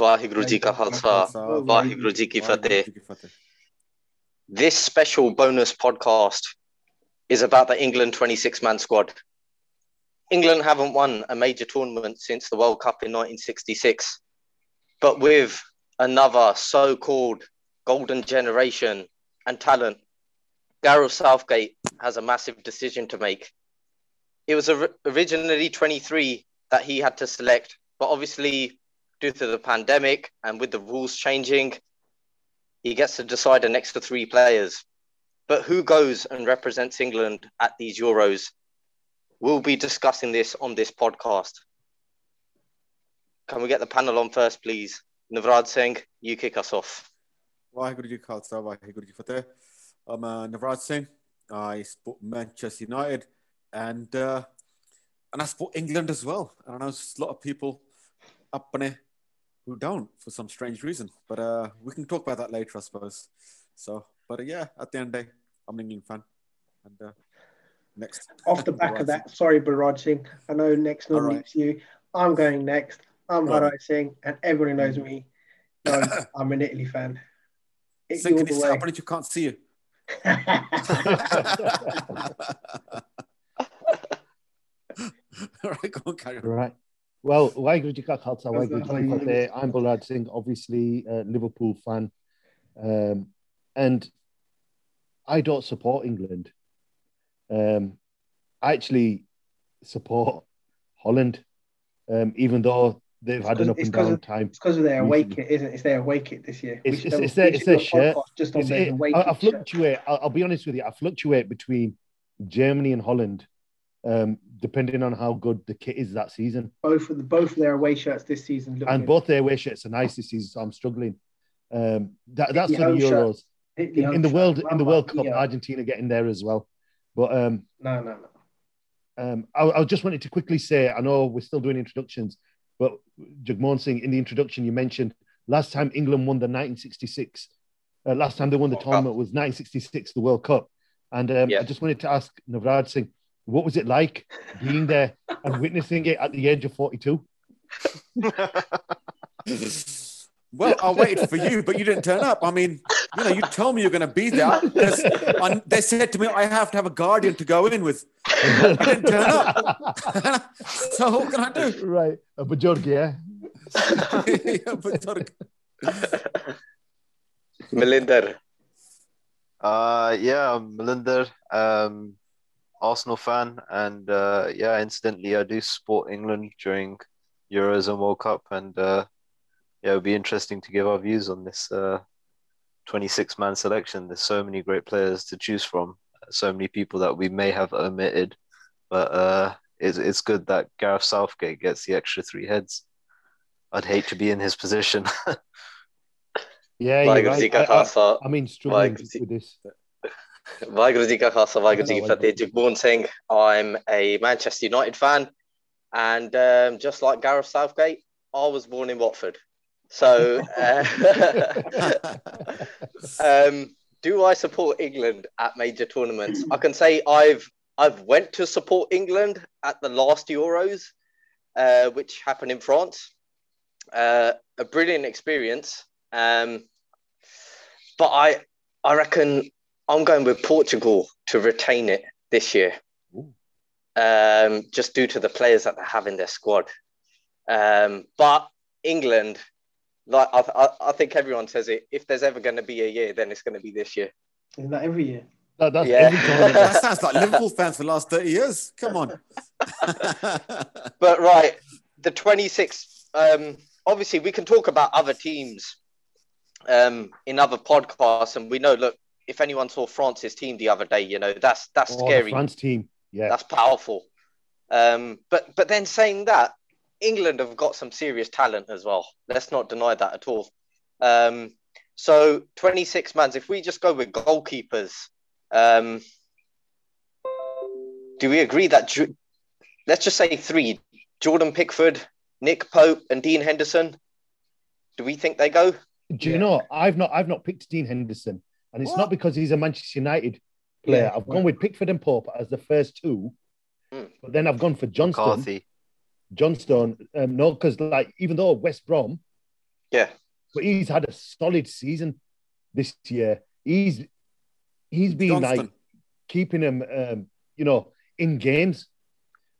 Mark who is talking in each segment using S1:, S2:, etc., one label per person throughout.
S1: ਵਾਹਿਗੁਰੂ ਜੀ ਕਾ ਖਾਲਸਾ ਵਾਹਿਗੁਰੂ ਜੀ ਕੀ ਫਤਿਹ This special bonus podcast is about the England 26 man squad. England haven't won a major tournament since the World Cup in 1966, but with another so called golden generation and talent, Gareth Southgate has a massive decision to make. It was or- originally 23 that he had to select, but obviously, due to the pandemic and with the rules changing, he gets to decide an extra three players. But who goes and represents England at these Euros? We'll be discussing this on this podcast. Can we get the panel on first, please? Navrad Singh, you kick us off.
S2: Waheguru ji ਕਾ ਖਾਲਸਾ ਵਾਹਿਗੁਰੂ ਜੀ ਕੀ ਫਤਿਹ I'm uh, Navraj Singh. I support Manchester United and uh, and I support England as well. And I know there's a lot of people up there who don't for some strange reason, but uh, we can talk about that later, I suppose. So, but uh, yeah, at the end of the day, I'm an England fan. And uh, next,
S3: off the back
S2: Right.
S3: of that, sorry, Baraj Singh. I know next
S2: All
S3: normally
S2: right.
S3: it's you. I'm going next. I'm
S2: All right.
S3: Baraj Singh, and everyone knows
S4: Mm.
S3: me. No, I'm an Italy fan. Italy all
S2: Singh, can you
S3: the
S2: sit
S3: way.
S2: up and you can't see you? All right, go on, carry on.
S4: Right. Well, Waiguru Jika Khalsa, Waiguru
S3: Exactly.
S4: Jika Fateh. I'm Balraj Singh, obviously a Liverpool fan. Um, and I don't support England. Um, I actually support Holland, um, even though they've had an up
S3: It's
S4: and
S3: 'cause
S4: down
S3: of-
S4: time.
S3: it's because of their away
S4: Usually.
S3: kit, isn't it? It's their away kit this year.
S4: Mm-hmm. It's-
S3: should
S4: it's-
S3: have-
S4: it's
S3: should
S4: their- it's their
S3: do a
S4: shirt.
S3: podcast Just on
S4: It's-
S3: their
S4: it-
S3: away
S4: I, I
S3: kit shirt.
S4: fluctuate. I'll, I'll be honest with you. I fluctuate between Germany and Holland, um, depending on how good the kit is that season.
S3: Both of the, both of their away shirts this season. look
S4: and
S3: good.
S4: both their away shirts are nice this season. So I'm struggling. Um, that, that's
S3: Yeah,
S4: for the
S3: home shirt.
S4: Euros.
S3: Italy
S4: In,
S3: home
S4: in the
S3: shirt.
S4: world, in the
S3: Mama
S4: World Cup,
S3: mia.
S4: Argentina getting there as well. But um,
S3: No, no, no.
S4: um, I, I just wanted to quickly say, I know we're still doing introductions, but Jagmohan Singh, in the introduction, you mentioned last time England won the 1966, uh, last time they won the
S1: World Cup.
S4: tournament was 1966, the World Cup. And um,
S1: Yeah.
S4: I just wanted to ask Navraj Singh, what was it like being there and witnessing it at the age of 42?
S2: Well, I waited for you, but you didn't turn up. I mean, you know, you told me you're going to be there. There's- and they said to me, I have to have a guardian to go in with. I didn't turn up. so what can I do?
S4: right. Uh, but Jorge, yeah.
S2: But sort of-
S1: Melinder,
S5: Uh, yeah, I'm Melinder, um, Arsenal fan, and uh, yeah, incidentally, I do support England during Euros and World Cup, and uh, yeah, it'll be interesting to give our views on this uh, 26 man selection. There's so many great players to choose from, so many people that we may have omitted, but uh, it's, it's good that Gareth Southgate gets the extra three heads. I'd hate to be in his position.
S4: Yeah, you're
S1: Waheguru ji
S4: right. Uh,
S1: ਕਾ
S4: I, I,
S1: Khalsa
S4: I'm in struggling
S1: Waiguru ji-
S4: with this.
S1: Waheguru ji ਕਾ ਖਾਲਸਾ ਵਾਹਿਗੁਰੂ ਜੀ ਕੀ
S4: Hello,
S1: Fateh Jagmohan Singh I'm a Manchester United fan and um, just like Gareth Southgate I was born in Watford so uh, um, do I support England at major tournaments I can say I've I've went to support England at the last Euros uh, which happened in France uh, a brilliant experience um, but I I reckon I'm going with Portugal to retain it this year,
S4: Ooh.
S1: um, just due to the players that they have in their squad. Um, but England, like I, I, I think everyone says it, if there's ever going to be a year, then it's going to be this year.
S3: Isn't that every year?
S4: That, that's
S1: Yeah.
S4: every tournament.
S2: that sounds like Liverpool fans for the last 30 years. Come on.
S1: But right, the 26th. Um, obviously, we can talk about other teams um, in other podcasts, and we know. Look, if anyone saw France's team the other day, you know that's that's
S4: Oh, the
S1: scary.
S4: France team. Yeah.
S1: That's powerful. Um, but but then saying that, England have got some serious talent as well. Let's not deny that at all. Um, so 26 mans. If we just go with goalkeepers, um, do we agree that? Ju- Let's just say three: Jordan Pickford, Nick Pope, and Dean Henderson. Do we think they go?
S4: Do you
S3: Yeah.
S4: know? I've not I've not picked Dean Henderson, and it's not
S2: What?
S4: because he's a Manchester United player. I've gone with Pickford and Pope as the first two,
S1: Mm.
S4: but then I've gone for Johnston.
S5: McCarthy.
S4: Johnstone, um, no, because like even though West Brom
S1: Yeah.
S4: But he's had a solid season this year. He's he's been
S2: Johnston.
S4: like keeping him, um, you know, in games.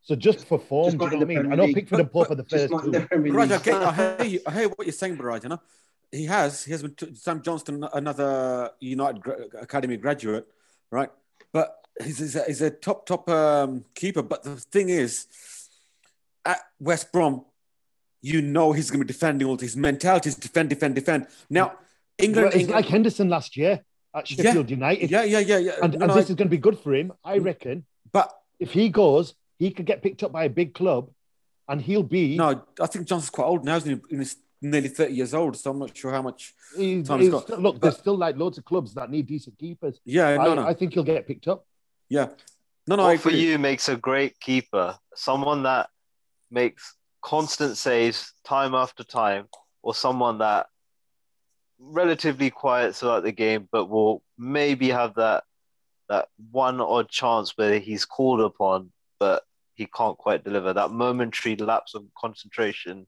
S4: So just for form,
S3: Just
S4: do you
S3: not
S4: know
S3: in
S4: what I
S3: the
S4: mean? I
S3: Premier
S4: know
S3: League.
S4: Pickford and Pope are the
S3: Just
S4: first
S3: not in
S4: two.
S3: the Premier
S2: Raj, I,
S3: League.
S2: get, I, hear you, I hear what you're saying, Raj. You know, he has he has been t- Sam Johnston, another United gra- Academy graduate, right? But he's, he's, a, he's a top top um, keeper. But the thing is, at West Brom, you know he's going to be defending all his mentality is defend, defend, defend. Now England,
S4: Well, it's
S2: England
S4: like Henderson last year at
S2: Yeah.
S4: Sheffield United.
S2: yeah, Mm. yeah, yeah, yeah.
S4: And,
S2: No,
S4: and
S2: no,
S4: this
S2: I-
S4: is going to be good for him, I reckon.
S2: but
S4: If he goes, he could get picked up by a big club and he'll be
S2: no, I think Johnson's quite old now. Isn't he? He's nearly thirty years old, so I'm not sure how much.
S4: he's,
S2: Tom's
S4: he's
S2: got-
S4: still- look, there's still like loads of clubs that need decent keepers.
S2: Yeah, no,
S4: I,
S2: no,
S4: I think he'll get picked up.
S2: yeah, no, no. I
S5: What for
S2: agree.
S5: you makes a great keeper? Someone that makes constant saves time after time, or someone that relatively quiet throughout the game, but will maybe have that that one odd chance where he's called upon, but he can't quite deliver. That momentary lapse of concentration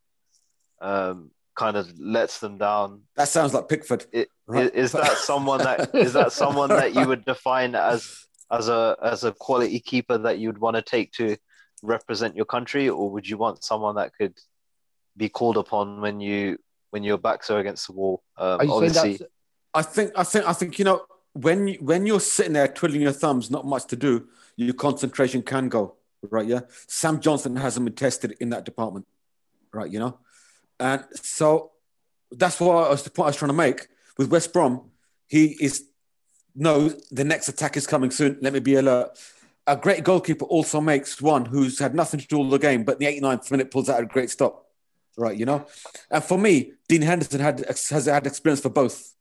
S5: um, kind of lets them down.
S2: That sounds like Pickford.
S5: It- I-
S2: Right.
S5: Is that someone that is that someone that you would define as as a as a quality keeper that you'd want to take to represent your country, or would you want someone that could be called upon when you when your backs are against the wall? Um,
S4: Are you saying
S5: obviously,
S4: that's
S2: I think I think I think you know when you- when you're sitting there twiddling your thumbs, not much to do, your concentration can go right. Yeah, Sam Johnson hasn't been tested in that department, right? You know, and so that's what I was the point I was trying to make with West Brom. He is no the next attack is coming soon. Let me be alert. A great goalkeeper also makes one who's had nothing to do all the game, but in the 89th minute pulls out a great stop, right? You know, and for me, Dean Henderson had has had experience for both.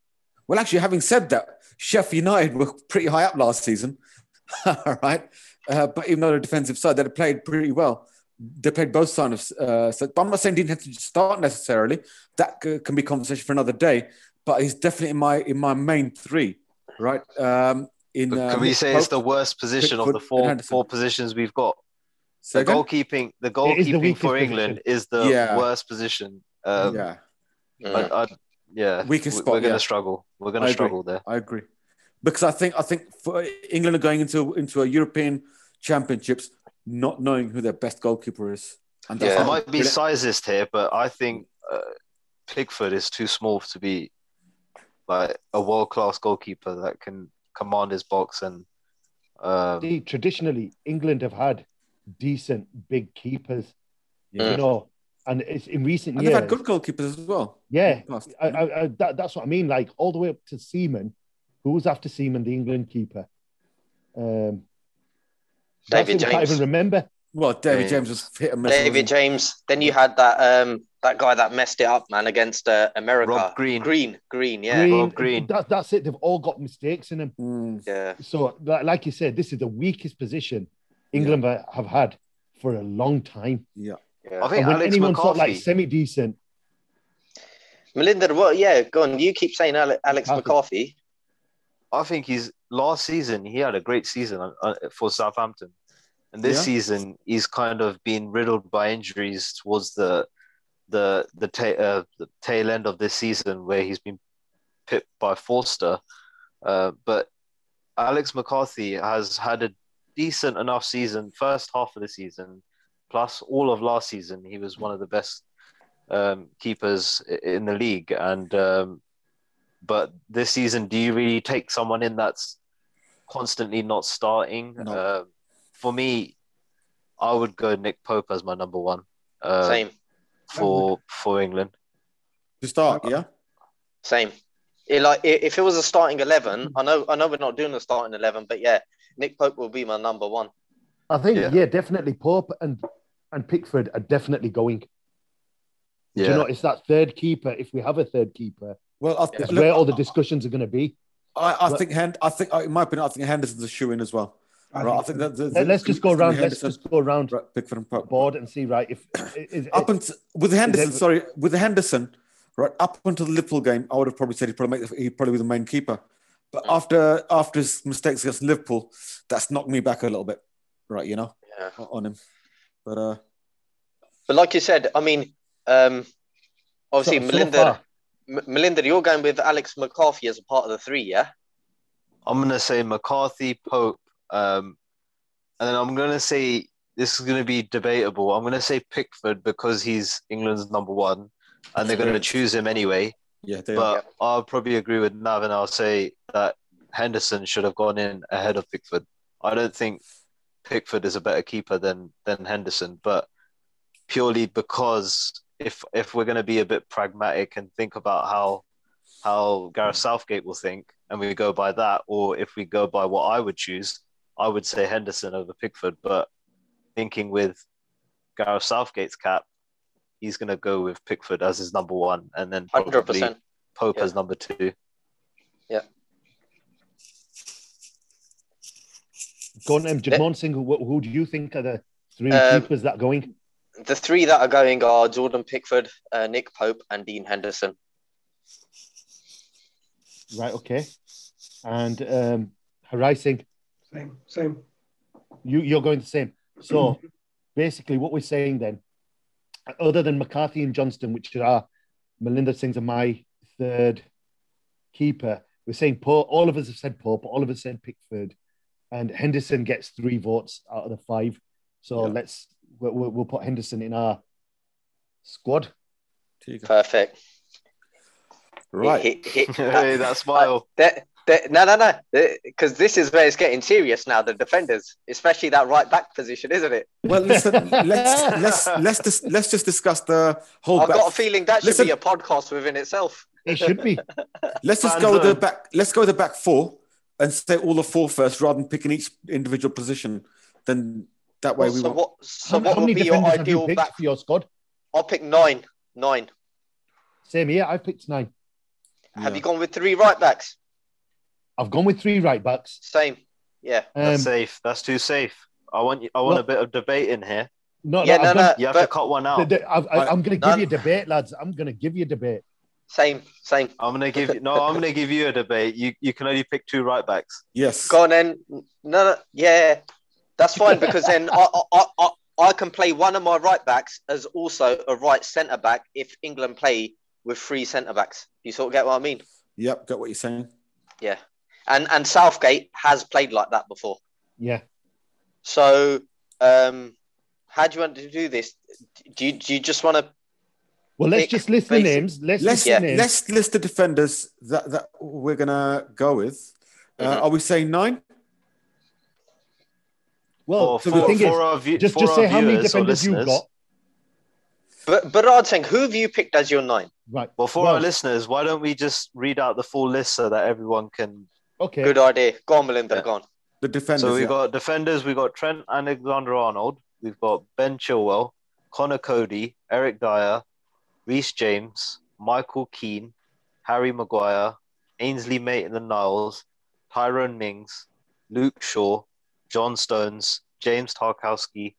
S2: Well, actually, having said that, Sheffield United were pretty high up last season, all right? Uh, but even though they're a defensive side, they played pretty well. They played both sides. Of, uh, so, but I'm not saying he didn't have to start necessarily. That c- can be conversation for another day. But he's definitely in my in my main three, right? Um, in
S5: But
S2: uh,
S5: can we say it's the worst position of
S2: Pickford
S5: the
S2: and
S5: four
S2: Henderson.
S5: four positions we've got?
S2: Say
S5: The
S2: again?
S5: goalkeeping, the
S4: is the
S5: goalkeeping
S4: weakest
S5: for England is the
S2: Yeah.
S5: worst position. Um,
S2: yeah,
S5: But I, yeah,
S2: Weakest
S5: we-
S2: spot,
S5: We're gonna
S2: yeah.
S5: struggle. We're
S2: I
S5: gonna
S2: agree.
S5: struggle there.
S2: I agree. Because I think I think for England are going into into a European Championships not knowing who their best goalkeeper is. And that's
S1: Yeah.
S5: I
S2: not
S5: might be
S2: brilliant.
S5: sizist here, but I think uh, Pickford is too small to be like a world class goalkeeper that can command his box and um,
S4: see, traditionally England have had decent big keepers,
S1: Yeah.
S4: you know, and it's in recent
S2: And
S4: years.
S2: they've had good goalkeepers as well.
S4: yeah,
S2: Past,
S4: I,
S5: Mm-hmm.
S4: I, I, that, that's what I mean. Like all the way up to Seaman, who was after Seaman, the England keeper. Um, that's
S1: David
S4: who I can't
S1: James.
S4: even remember.
S2: well, David
S5: Yeah.
S2: James was hit and miss.
S1: David
S2: wasn't
S1: James. Then you had that um that guy that messed it up, man, against uh, America.
S5: Rob Green.
S1: Green. Green. Yeah.
S5: Rob Green.
S4: That, that's it. They've all got mistakes in them.
S2: he? Mm.
S1: Yeah.
S4: So, li- like you said, this is the weakest position England ha- have had for a long time.
S1: Yeah.
S5: I think
S4: and when
S5: Alex
S4: anyone thought like
S5: McCarthy.
S4: semi decent,
S1: Melinda. Well, yeah. Go on. You keep saying Ale- Alex
S4: McCarthy.
S1: McCarthy.
S5: I think he's last season he had a great season uh, for Southampton, and this
S2: Yeah.
S5: season he's kind of been riddled by injuries towards the the the, ta- uh, the tail end of this season where he's been pipped by Forster, uh, but Alex McCarthy has had a decent enough season, first half of the season, plus all of last season. He was one of the best um, keepers i- in the league, and um, but this season, do you really take someone in that's constantly not starting?
S2: No.
S5: Um, for me, I would go Nick Pope as my number one uh,
S1: Same.
S5: for for England.
S2: To start, yeah.
S1: Same. It, like i- if it was a starting eleven, I know I know we're not doing a starting eleven, but yeah, Nick Pope will be my number one.
S4: I think.
S5: Yeah.
S4: Yeah, definitely Pope and and Pickford are definitely going. Do
S5: Yeah,
S4: you know it's that third keeper? If we have a third keeper,
S2: Well, I,
S4: it's
S2: look,
S4: where all the discussions are going to be.
S2: I, I think Hand, I think in my opinion, I think Henderson's a shoe in as well.
S3: I
S2: right. I
S3: think
S2: think that, the,
S4: Let- Let's just go around. Let's
S2: Henderson,
S4: just go around
S2: right, Pickford and
S4: the
S2: Pope.
S4: board and see right if is,
S2: Up and with Henderson,
S4: that-
S2: sorry, with Henderson, right up until the Liverpool game, I would have probably said he probably make, he probably was the main keeper. But after after his mistakes against Liverpool, that's knocked me back a little bit, right? You know,
S1: Yeah.
S2: on him. But uh,
S1: But like you said, I mean, um, obviously
S4: so- so
S1: Melinda.
S4: far,
S1: M- Melinda, you're going with Alex McCarthy as a part of the three, yeah?
S5: I'm gonna say McCarthy, Pope, um, and then I'm gonna say this is gonna be debatable. I'm gonna say Pickford because he's England's number one, and they're gonna choose him anyway.
S2: Yeah, they are.
S5: But I'll probably agree with Nav, and I'll say that Henderson should have gone in ahead of Pickford. I don't think Pickford is a better keeper than than Henderson, but purely because if if we're going to be a bit pragmatic and think about how how Gareth Southgate will think, and we go by that, or if we go by what I would choose, I would say Henderson over Pickford. But thinking with Gareth Southgate's cap, he's going to go with Pickford as his number one, and then probably
S1: 100%.
S5: Pope
S1: yeah.
S5: as number two.
S4: Go on, um, then, Jagmohan Singh. Who, who do you think are the three
S1: eh, Um,
S4: keepers that are going?
S1: The three that are going are Jordan Pickford, uh, Nick Pope, and Dean Henderson.
S4: Right, okay. And um, Harai Singh,
S3: Same, same.
S4: you, you're going the same. So basically, what we're saying then, other than McCarthy and Johnston, which are Melinda Singh's and my third keeper, we're saying Pope. All of us have said Pope, all of us said Pickford, and Henderson gets three votes out of the five. So
S2: Yeah.
S4: let's we'll, we'll we'll put Henderson in our squad.
S2: There you go.
S1: Perfect.
S2: Right.
S1: Hit- hit-
S5: hey, that smile.
S1: That, that, no, no, no. Because this is where it's getting serious now. The defenders, especially that right back position, isn't it?
S2: Well, listen. Let's let's let's dis- let's just discuss the
S4: Oh,
S2: whole.
S1: I've
S2: back.
S1: got a feeling that should
S2: Listen.
S1: be a podcast within itself.
S4: It should be.
S2: Let's just
S5: Van
S2: go with the
S5: Dijk.
S2: back. Let's go with the back four and say all the four first, rather than picking each individual position. Then that way we
S1: so
S2: won't.
S1: what? So
S4: how,
S1: what
S4: how
S1: would
S4: many
S1: be your
S4: defenders have you
S1: ideal
S4: picked
S1: back?
S4: for your squad?
S1: I'll pick nine. Nine.
S4: Same here. I've picked nine.
S1: Have
S2: Yeah.
S1: you gone with three right backs?
S4: I've gone with three right backs.
S1: Same. Yeah.
S5: That's
S4: Um,
S5: safe. That's too safe. I want you- I want
S4: Well-
S5: a bit of debate in here.
S4: no, no,
S1: yeah.
S4: I've
S1: No,
S4: done-
S1: no.
S5: You have to
S1: But
S5: cut one
S4: The-
S5: out.
S4: the- I've- I,
S2: Right.
S4: I'm going to give
S1: None.
S4: you a debate, lads. I'm going to give you a debate.
S1: same. Same.
S5: I'm gonna give you no. I'm gonna give you a debate. You you can only pick two right backs.
S2: Yes.
S1: Go on then. No, no. Yeah. That's fine because then I, I, I, I, I can play one of my right backs as also a right centre back if England play with three centre backs. You sort of get what I mean?
S2: Yep. Got what you're saying.
S1: Yeah. And and Southgate has played like that before.
S4: Yeah.
S1: So, um, how do you want to do this? Do you, do you just want to?
S4: Well, let's
S1: Pick
S4: just list the
S1: basic-
S4: names. Let's,
S2: Let's
S4: list
S1: Yeah.
S4: the names.
S2: let's list the defenders that that we're gonna go with. Uh, are we saying nine?
S4: well,
S5: Or
S4: so
S5: for-
S4: the thing
S5: for
S4: is,
S5: our view-
S4: just
S5: for
S4: just
S5: our
S4: say how many
S5: viewers or
S4: defenders you've
S5: listeners-
S4: got.
S1: But but I'd saying, who have you picked as your nine?
S4: Right.
S5: Well, for
S4: Well,
S5: our listeners, why don't we just read out the full list so that everyone can?
S4: Okay.
S1: Good idea. Go on, Melinda.
S5: Yeah.
S1: Go on.
S2: The defenders.
S5: so we've
S2: yeah.
S5: got defenders. We've got Trent Alexander-Arnold. We've got Ben Chilwell, Connor Cody, Eric Dyer, Reece James, Michael Keane, Harry Maguire, Ainsley Maitland-Niles, Tyrone Mings, Luke Shaw, John Stones, James Tarkowski,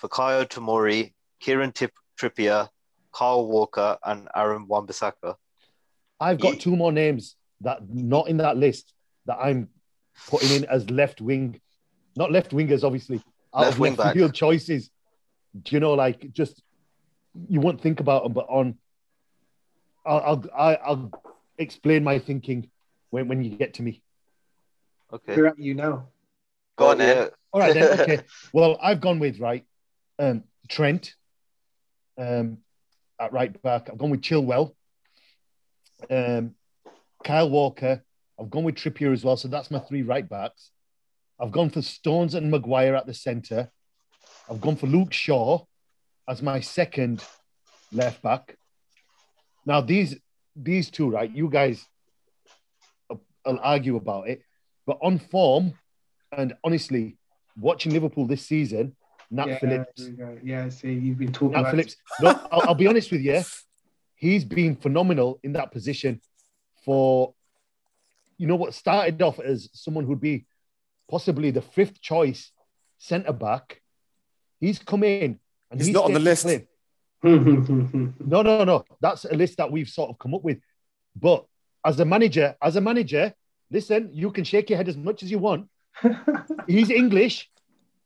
S5: Fakayo Tomori, Kieran Tip- Trippier, Carl Walker, and Aaron Wan-Bissaka.
S4: I've got
S1: You-
S4: two more names that not in that list that I'm putting in as left wing, not left wingers, obviously. Out
S5: Left
S4: of
S5: wing back.
S4: field choices. Do you know, like just you won't think about them, but on, I'll I'll, I- I'll explain my thinking when, when you get to me.
S5: Okay.
S3: We're at you now.
S1: Go on, then.
S5: Yeah.
S4: All right then. Okay. well, I've gone with right um, Trent um, at right back. I've gone with Chilwell, um, Kyle Walker. I've gone with Trippier as well. So that's my three right backs. I've gone for Stones and Maguire at the centre. I've gone for Luke Shaw as my second left back. Now these these two, right? You guys will argue about it, but on form and honestly, watching Liverpool this season, Nat
S3: yeah,
S4: Phillips,
S3: there we go. Yeah, see, you've been talking
S4: Nat
S3: about
S4: Phillips. No, I'll, I'll be honest with you. He's been phenomenal in that position for, you know, what started off as someone who'd be possibly the fifth choice centre back. He's come in and
S2: He's not on the
S4: taken
S2: list.
S4: claim.
S3: no,
S4: No, no, no. That's a list that we've sort of come up with. But as a manager, as a manager, listen, you can shake your head as much as you want. He's English.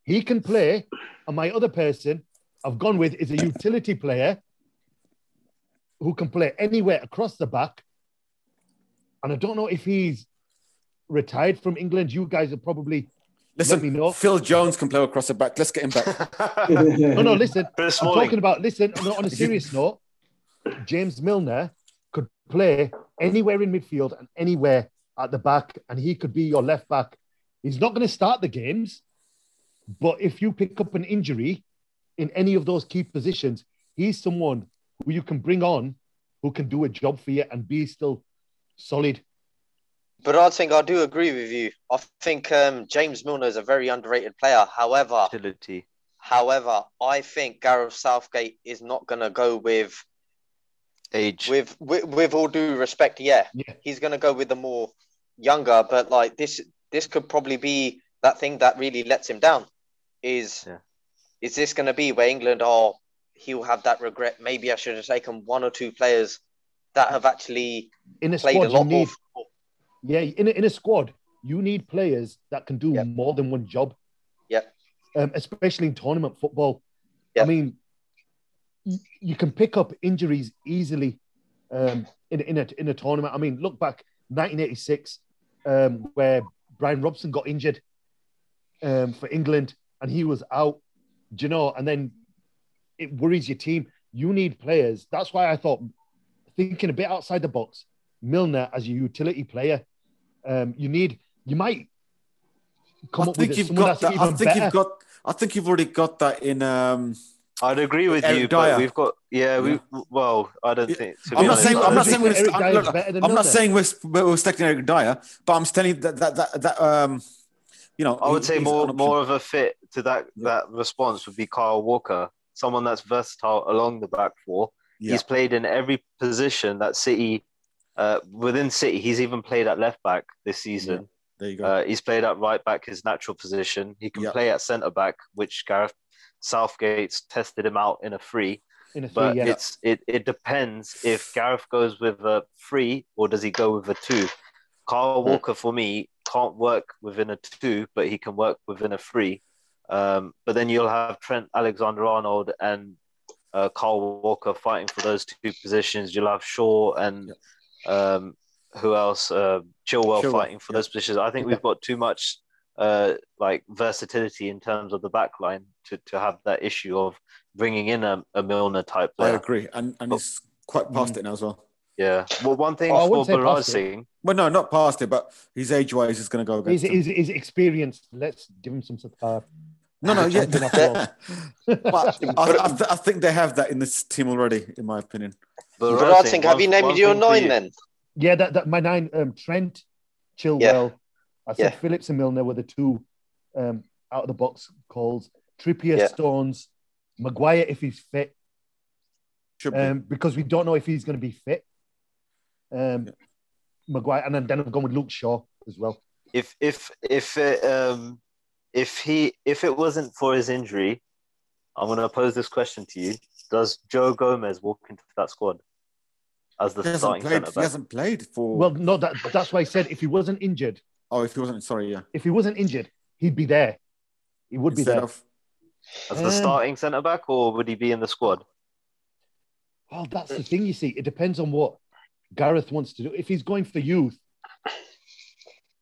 S4: He can play. And my other person I've gone with is a utility player who can play anywhere across the back. And I don't know if he's retired from England. You guys are probably
S2: Listen,
S4: Let me know.
S2: Phil Jones can play across the back. Let's get him back.
S4: no, Oh, no. Listen,
S5: Chris
S4: I'm
S5: Smalling.
S4: talking about listen. No, on a serious note, James Milner could play anywhere in midfield and anywhere at the back, and he could be your left back. He's not going to start the games, but if you pick up an injury in any of those key positions, he's someone who you can bring on, who can do a job for you and be still solid.
S1: But I think I do agree with you. I think um, James Milner is a very underrated player. However,
S5: Utility.
S1: however, I think Gareth Southgate is not going to go with
S5: Age.
S1: with with, with all due respect, yeah,
S4: Yeah.
S1: he's going to go with the more younger. But like this, this could probably be that thing that really lets him down. Is
S5: Yeah.
S1: is this going to be where England are? He'll have that regret. Maybe I should have taken one or two players that have actually
S4: In a
S1: played a
S4: squad,
S1: lot
S4: you
S1: more.
S4: need,
S1: Football.
S4: yeah, in a, in a squad, you need players that can do
S1: Yep.
S4: more than one job.
S1: Yep.
S4: Um, especially in tournament football.
S1: Yep.
S4: I mean, y- you can pick up injuries easily um, in, in, a, in a tournament. I mean, look back 1986, um, where Brian Robson got injured um, for England and he was out, do you know? And then it worries your team. You need players. That's why I thought, thinking a bit outside the box, Milner as a utility player, um, you need, you might come
S2: I
S4: up with
S2: think
S4: it,
S2: you've
S4: someone
S2: got
S4: that's
S2: that.
S4: even
S2: I think
S4: better.
S2: you've got. I think you've already got that in. Um,
S5: I'd agree with
S2: Eric
S5: you,
S2: Dyer.
S5: but we've got yeah, we well, I don't
S2: Yeah.
S5: think to
S2: I'm
S5: be
S2: not
S5: honest,
S2: saying.
S5: I
S2: I'm not
S5: don't
S2: saying
S5: think-
S2: we're.
S4: Eric Dyer's
S2: look,
S4: better than
S2: I'm not
S4: Milner.
S2: saying we're we're selecting Eric Dyer, but I'm telling you that that that, that um, you know,
S5: I would
S2: he-
S5: say
S2: he's
S5: more
S2: an option.
S5: more of a fit to that
S2: Yeah.
S5: that response would be Kyle Walker, someone that's versatile along the back four.
S2: Yeah.
S5: He's played in every position that City uh, within City. He's even played at left back this season.
S2: There you go.
S5: Uh, he's played at right back, his natural position. He can
S2: Yeah.
S5: play at centre back, which Gareth Southgate's tested him out in a three.
S4: in a three,
S5: but
S4: yeah.
S5: it's it, it depends if Gareth goes with a three or does he go with a two. Carl
S1: Hmm.
S5: Walker for me can't work within a two, but he can work within a three. Um, but then you'll have Trent Alexander-Arnold and uh, Carl Walker fighting for those two positions. You'll have Shaw and um, who else? Uh, Chilwell,
S2: Chilwell,
S5: fighting for
S2: yeah.
S5: those positions. I think
S4: Yeah.
S5: we've got too much uh, like versatility in terms of the back line to, to have that issue of bringing in a, a Milner type
S2: I
S5: player.
S2: agree, and and it's quite
S4: Mm-hmm.
S2: past it now as well.
S5: Yeah. Well, one thing
S4: Oh, I
S5: for
S4: wouldn't say
S5: Barad
S4: past it.
S5: Singh,
S2: Well, no, not past it, but his age wise is going to go
S4: He's,
S2: against him.
S4: he's, he's experienced. Let's give him some uh, support.
S2: no, no,
S4: he's
S2: yeah.
S4: jumping off the
S2: but I, I, th- I think they have that in this team already, in my opinion.
S1: But,
S5: Barad
S1: I
S5: Singh,
S1: think have
S5: one-
S1: you
S5: one
S1: named your
S5: thing for
S1: nine
S5: you.
S1: then?
S4: Yeah, that, that my nine, um, Trent, Chilwell. I said
S1: Yeah.
S4: Phillips and Milner were the two um, out of the box calls. Trippier,
S1: Yeah.
S4: Stones, Maguire if he's fit,
S2: Should be.
S4: um, because we don't know if he's going to be fit. Um,
S2: Yeah.
S4: Maguire, and then, then I'm going with Luke Shaw as well.
S5: If if if it, um if he if it wasn't for his injury, I'm gonna pose this question to you: Does Joe Gomez walk into that squad as the
S2: he hasn't
S5: starting
S2: played.
S5: centre
S2: He
S5: back?
S2: hasn't played for.
S4: Well, no, that, that's why I said if he wasn't injured,
S2: oh, if he wasn't, sorry, yeah.
S4: if he wasn't injured, he'd be there. He would be
S2: Instead
S4: there.
S2: of
S5: As the
S4: Um,
S5: starting centre back, or would he be in the squad?
S4: Well, that's the thing you see. It depends on what Gareth wants to do. If he's going for youth,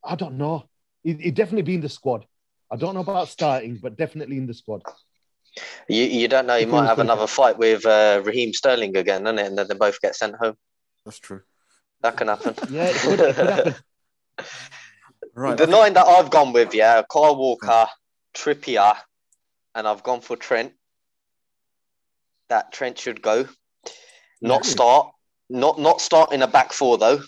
S4: I don't know. He- He'd definitely be in the squad. I don't know about starting, but definitely in the squad.
S1: You, you don't know. You
S4: If he
S1: might
S4: was
S1: have
S4: gonna-
S1: another fight with uh, Raheem Sterling again, isn't it? And then they both get sent home.
S2: that's true.
S1: That can happen.
S4: Yeah, it could, it could happen.
S2: Right.
S1: the
S2: okay.
S1: nine that I've gone with, yeah, Kyle Walker, Trippier, and I've gone for Trent. That Trent should go. Not
S2: Yeah.
S1: start. Not not start in a back four though.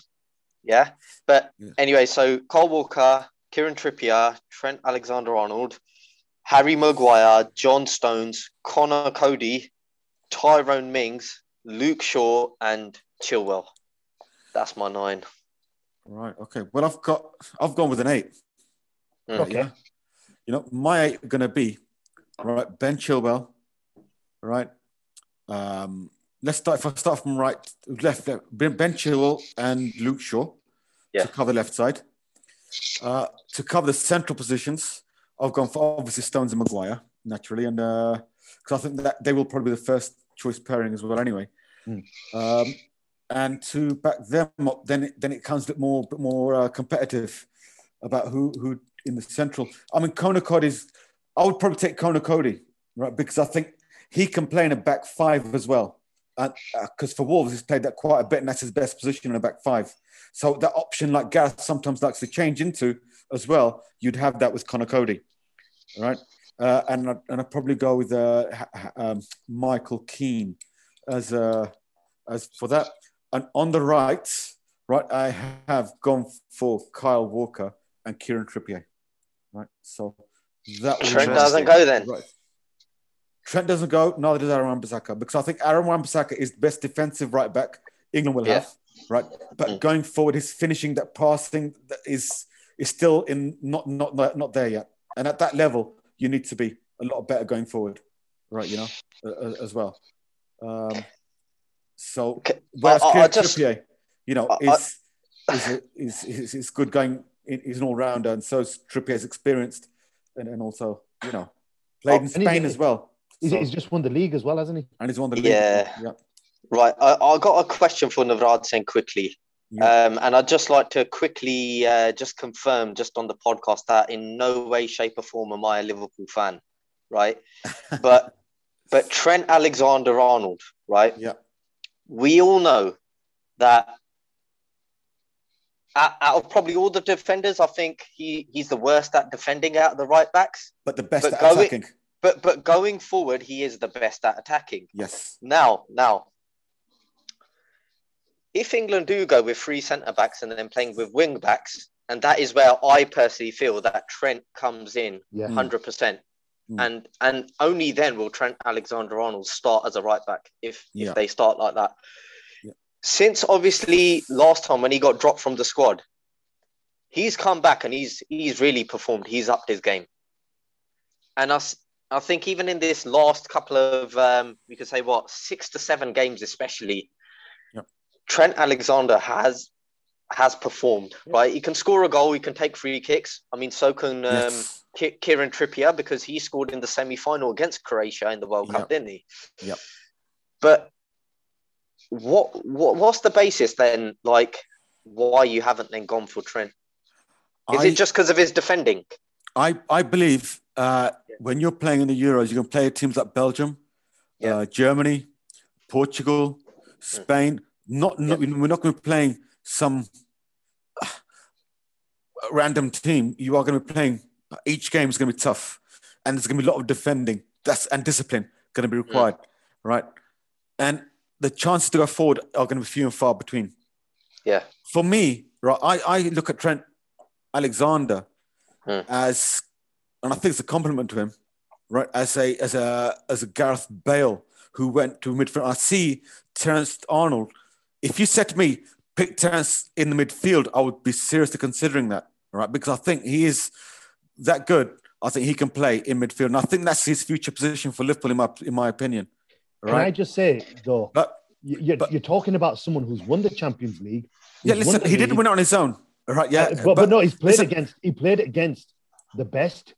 S1: Yeah. But
S2: Yeah.
S1: anyway, so Kyle Walker, Kieran Trippier, Trent Alexander Arnold, Harry Maguire, John Stones, Connor Cody, Tyrone Mings, Luke Shaw, and Chilwell. That's my nine.
S2: Right. Okay. Well, I've got. I've gone with an eight.
S1: Mm.
S4: Okay.
S2: Uh, Yeah. You know, my eight are gonna be right. Ben Chilwell. Right. Um. Let's start. If I start from right, left, left Ben Ben Chilwell and Luke Shaw
S1: Yeah.
S2: to cover the left side. Uh, to cover the central positions, I've gone for obviously Stones and uh, Maguire naturally, and because I think that they will probably be the first choice pairing as well. Anyway, Um, and to back them up, then it, then it becomes a bit more bit more uh, competitive about who who in the central. I mean, Kona Cody is. I would probably take Kona Cody, right? Because I think he can play in a back five as well. Because for Wolves, he's played that quite a bit, and that's his best position in a back five. So that option, like Gareth sometimes likes to change into as well, you'd have that with Connor Cody, right? Uh, and I'd, and I'd probably go with uh, ha- um, Michael Keane as uh, as for that. And on the right, right, I have gone for Kyle Walker and Kieran Trippier, right? So that was
S1: Trent doesn't go then.
S2: Right. Trent doesn't go, neither does Aaron Wan-Bissaka, because I think Aaron Wan-Bissaka is the best defensive right back England will
S1: Yeah.
S2: have, right? But
S1: Mm.
S2: going forward, his finishing, that passing that is is still in not not not not there yet. And at that level, you need to be a lot better going forward, right? You know, uh, as well. Um, so
S1: Okay,
S2: whereas
S1: I- I- I
S2: Kieran
S1: just-
S2: Trippier, you know,
S1: I- I-
S2: is, is, a, is is is good going. He's an all rounder, and so is Trippier's experienced, and, and also you know played
S4: Oh,
S2: in
S4: and he's-
S2: Spain as well.
S4: He's,
S2: So-
S4: he's just won the league as well, hasn't he?
S2: and he's won the league.
S1: Yeah.
S2: yeah.
S1: Right. I, I got a question for Navrad Sen quickly.
S2: Yeah.
S1: Um, and I'd just like to quickly uh, just confirm, just on the podcast, that in no way, shape, or form am I a Liverpool fan, right? But but Trent Alexander Arnold, right?
S2: Yeah.
S1: We all know that out, out of probably all the defenders, I think he, he's the worst at defending out of the right backs.
S2: But the best
S1: But
S2: at
S1: going-
S2: attacking.
S1: But but going forward, he is the best at attacking.
S2: Yes.
S1: Now, now, if England do go with three centre backs and then playing with wing backs, and that is where I personally feel that Trent comes in
S4: Yeah.
S2: Mm.
S1: hundred percent,
S2: Mm.
S1: and and only then will Trent Alexander Arnold start as a right back if
S2: Yeah.
S1: if they start like that.
S2: Yeah.
S1: Since obviously last time when he got dropped from the squad, he's come back and he's he's really performed. He's upped his game, and us. I think even in this last couple of um, we could say what six to seven games, especially,
S2: Yeah.
S1: Trent Alexander has has performed right. He can score a goal. He can take free kicks. I mean, so can um,
S2: yes.
S1: Ki- Kieran Trippier because he scored in the semi-final against Croatia in the World Cup, didn't he?
S2: Yep.
S1: But what what what's the basis then? Like, why you haven't then gone for Trent? Is
S2: I-
S1: it just because of his defending?
S2: I, I believe uh,
S1: Yeah.
S2: when you're playing in the Euros, you can play teams like Belgium,
S1: Yeah.
S2: uh, Germany, Portugal, Spain. Not, not we're not going to be playing some uh, random team. You are going to be playing. uh, Each game is going to be tough, and there's going to be a lot of defending. That's and discipline going to be
S1: Mm.
S2: required, right? And the chances to go forward are going to be few and far between
S1: Yeah.
S2: for me, right, I, I look at Trent Alexander
S1: Mm.
S2: as, and I think it's a compliment to him, right, as a as a as a Gareth Bale who went to midfield. I see Terence Arnold. If you said to me, pick Terence in the midfield, I would be seriously considering that, right? Because I think he is that good. I think he can play in midfield, and I think that's his future position for Liverpool, in my in my opinion.
S4: Can I
S2: Right,
S4: just say though,
S2: but
S4: you- you're,
S2: but-
S4: you're talking about someone who's won the Champions League.
S2: yeah,
S4: who's
S2: listen,
S4: won the
S2: he didn't
S4: league,
S2: win it on his own. Right, yeah,
S4: uh, but, but, no, he's played
S2: listen-
S4: against. He played against the best.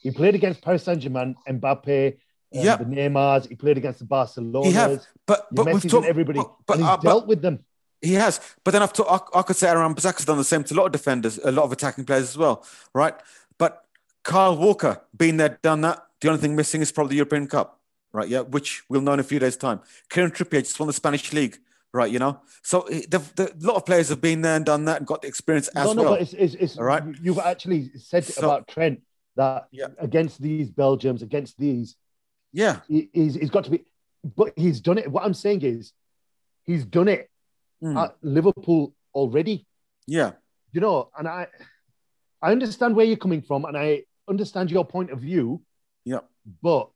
S4: He played against Paris Saint Germain, Mbappe, um,
S2: Yeah.
S4: the Neymars. He played against the Barcelona.
S2: He have, but
S4: Your
S2: but
S4: Messi's
S2: we've talked
S4: and everybody,
S2: But, but,
S4: and he's
S2: uh, but
S4: dealt with them.
S2: he has. But then I've talked. I, I could say Aaron Bissaka's done the same to a lot of defenders, a lot of attacking players as well, right? But Kyle Walker, been there, done that. The only thing missing is probably the European Cup, right? Yeah, which we'll know in a few days' time. Kieran Trippier just won the Spanish league, right? You know, so it- the, the, a lot of players have been there and done that and got the experience as
S4: no, no,
S2: well.
S4: but it's, it's, it's
S2: All right?
S4: you- You've actually said
S2: So-
S4: about Trent that
S2: Yeah.
S4: against these Belgiums, against these,
S2: yeah,
S4: he, he's, he's got to be. But he's done it. What I'm saying is, he's done it
S2: Mm.
S4: at Liverpool already.
S2: yeah,
S4: You know, and I, I understand where you're coming from, and I understand your point of view.
S2: Yeah.
S4: But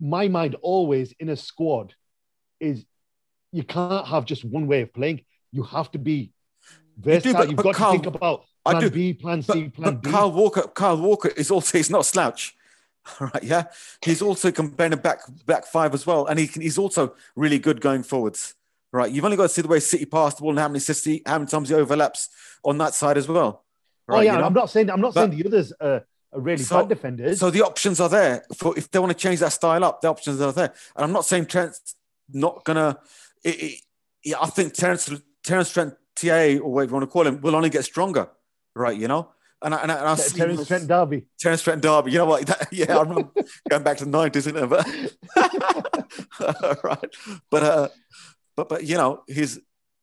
S4: my mind always in a squad is you can't have just one way of playing. You have to be
S2: do,
S4: versatile.
S2: but-
S4: You've
S2: but
S4: got
S2: Carl,
S4: to think about
S2: I
S4: plan
S2: do,
S4: B, plan
S2: But,
S4: C, plan
S2: but
S4: D.
S2: Kyle Walker, Kyle Walker is also he's not a slouch, right? Yeah, he's also can play in a back back five as well, and he can, he's also really good going forwards, right? You've only got to see the way City passed the ball and how many City, how many times he overlaps on that side as well. Right,
S4: oh yeah,
S2: you know?
S4: I'm not saying I'm not
S2: But-
S4: saying the others are, are really
S2: So-
S4: bad defenders.
S2: So the options are there for if they want to change that style up, the options are there. And I'm not saying Trent not gonna. It, it, yeah, I think Terence Terence Trent TA or whatever you want to call him will only get stronger, right? You know, and I, and I, and I
S4: Ter-
S2: see
S4: Terence Trent Derby.
S2: Terence Trent Derby. You know what? That, yeah, I remember going back to the nineties, isn't it? But, right, but uh, but but you know, his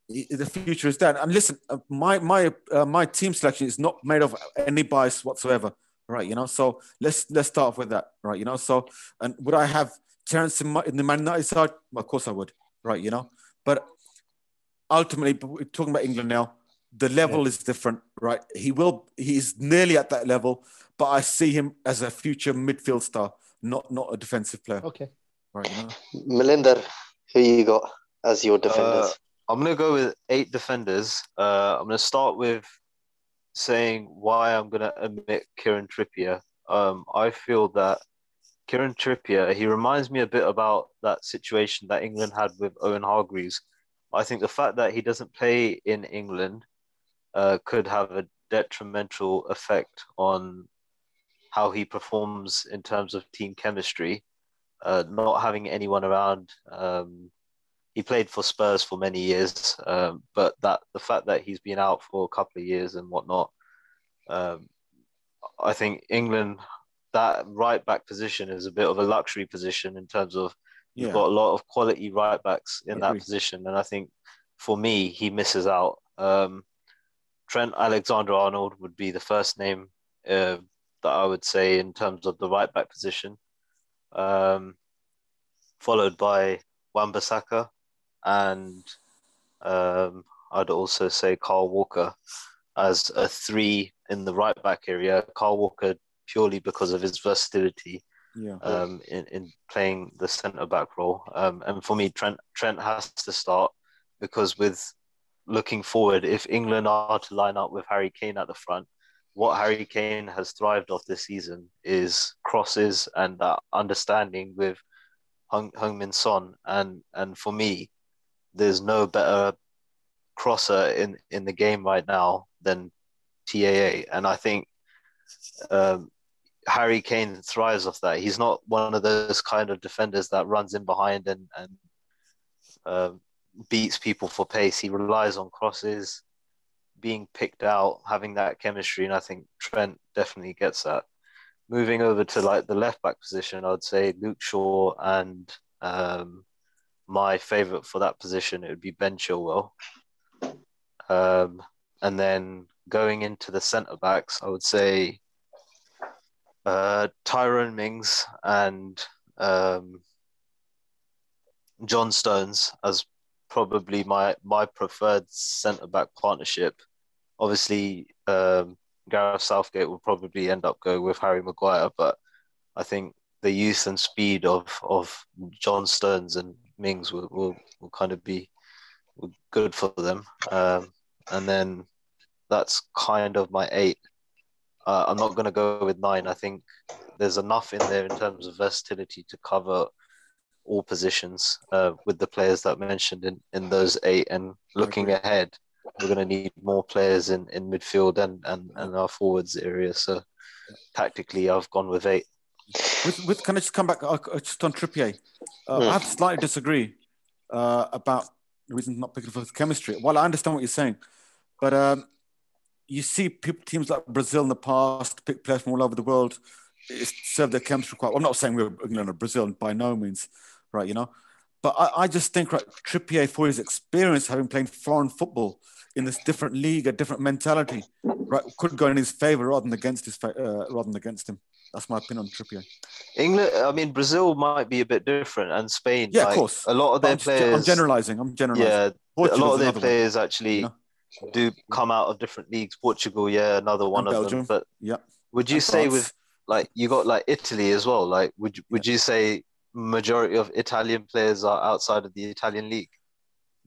S2: he- the future is that. And listen, uh, my my uh, my team selection is not made of any bias whatsoever, right? You know, so let's let's start off with that, right? You know, so and would I have Terence in, my, in the Man United side? Of course I would, right? You know, but ultimately, but we're talking about England now. The level is different, right? He will. He's nearly at that level, but I see him as a future midfield star, not not a defensive player,
S4: Okay.
S2: right? You know?
S1: Melinda, who you got as
S2: Uh,
S1: your defenders?
S5: Uh, I'm gonna go with eight defenders. Uh, I'm gonna start with saying why I'm gonna omit Kieran Trippier. Um, I feel that Kieran Trippier he reminds me a bit about that situation that England had with Owen Hargreaves. I think the fact that he doesn't play in England uh, could have a detrimental effect on how he performs in terms of team chemistry. Uh, not having anyone around um, he played for Spurs for many years, um, but that the fact that he's been out for a couple of years and whatnot, um, I think England that right back position is a bit of a luxury position in terms of you've
S2: Yeah.
S5: got a lot of quality right backs in
S2: I
S5: that
S2: agree.
S5: position, and I think for me he misses out. Um, Trent Alexander Arnold would be the first name uh, that I would say in terms of the right back position, um, followed by Wan-Bissaka, and um, I'd also say Carl Walker as a three in the right back area. Carl Walker purely because of his versatility
S2: Yeah.
S5: um, in, in playing the centre back role. Um, and for me, Trent Trent has to start because with looking forward, if England are to line up with Harry Kane at the front, what Harry Kane has thrived off this season is crosses and that understanding with Hung Hung Min Son. And and for me, there's no better crosser in in the game right now than TAA. And I think um, Harry Kane thrives off that. He's not one of those kind of defenders that runs in behind and and um beats people for pace. He relies on crosses, being picked out, having that chemistry, and I think Trent definitely gets that. Moving over to like the left back position, I'd say Luke Shaw and um, my favorite for that position it would be Ben Chilwell. Um, and then going into the centre backs, I would say uh, Tyrone Mings and um, John Stones as probably my my preferred centre back partnership. Obviously, um, Gareth Southgate will probably end up going with Harry Maguire, but I think the youth and speed of of John Stones and Mings will will, will kind of be good for them. Um, and then that's kind of my eight. Uh, I'm not going to go with nine. I think there's enough in there in terms of versatility to cover all positions uh, with the players that mentioned in, in those eight. And looking
S2: agree.
S5: ahead, we're going to need more players in, in midfield and, and, and our forwards area. So tactically, I've gone with eight.
S2: With, with, can I just come back uh, uh, just on Trippier? Uh,
S1: Hmm.
S2: I slightly disagree uh, about the reason not picking for his chemistry. Well, I understand what you're saying, but um, you see people, teams like Brazil in the past pick players from all over the world. It's served their chemistry quite well. I'm not saying we're England or Brazil by no means, right? You know, but I, I just think right, Trippier for his experience having played foreign football in this different league, a different mentality, right, could go in his favor rather than against his fa- uh, rather than against him. That's my opinion on Trippier.
S5: England, I mean, Brazil might be a bit different, and Spain.
S2: Yeah, of
S5: like,
S2: course.
S5: A lot
S2: But
S5: of their
S2: I'm, just-
S5: players.
S2: I'm generalizing. I'm generalizing.
S5: Yeah, a
S2: Portugal's
S5: lot of their
S2: another one.
S5: players actually
S2: you
S5: do come out of different leagues. Portugal, yeah, another one of
S2: Belgium.
S5: them. But
S2: Yep.
S5: would you
S2: And
S5: say
S2: France.
S5: with like you got like Italy as well? Like, would you- would you say majority of Italian players are outside of the Italian league?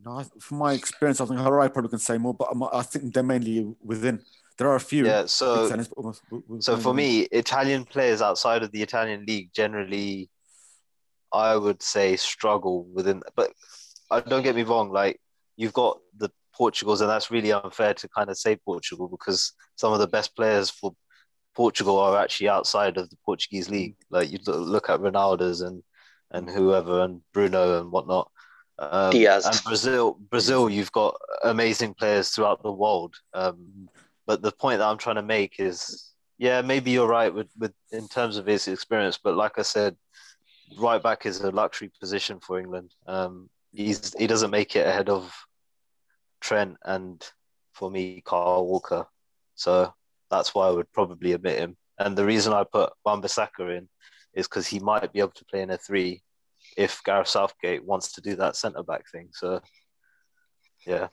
S2: No, I- from my experience, I think Harai probably can say more, but I'm, I think they're mainly within. There are a few.
S5: Yeah, so
S2: It's almost- w- w-
S5: so for
S2: within.
S5: me, Italian players outside of the Italian league generally, I would say struggle within. But uh, don't get me wrong, like you've got the Portugals, and that's really unfair to kind of say Portugal because some of the best players for Portugal are actually outside of the Portuguese league. Like you lo- look at Ronaldo's and and whoever and Bruno and whatnot. Um,
S1: Diaz.
S5: And Brazil, Brazil, you've got amazing players throughout the world. Um, but the point that I'm trying to make is, yeah, maybe you're right with, with in terms of his experience, but like I said, right back is a luxury position for England. Um, he's he doesn't make it ahead of Trent and for me Carl Walker, so that's why I would probably omit him. And the reason I put Wan-Bissaka in is because he might be able to play in a three if Gareth Southgate wants to do that centre back thing. So, yeah,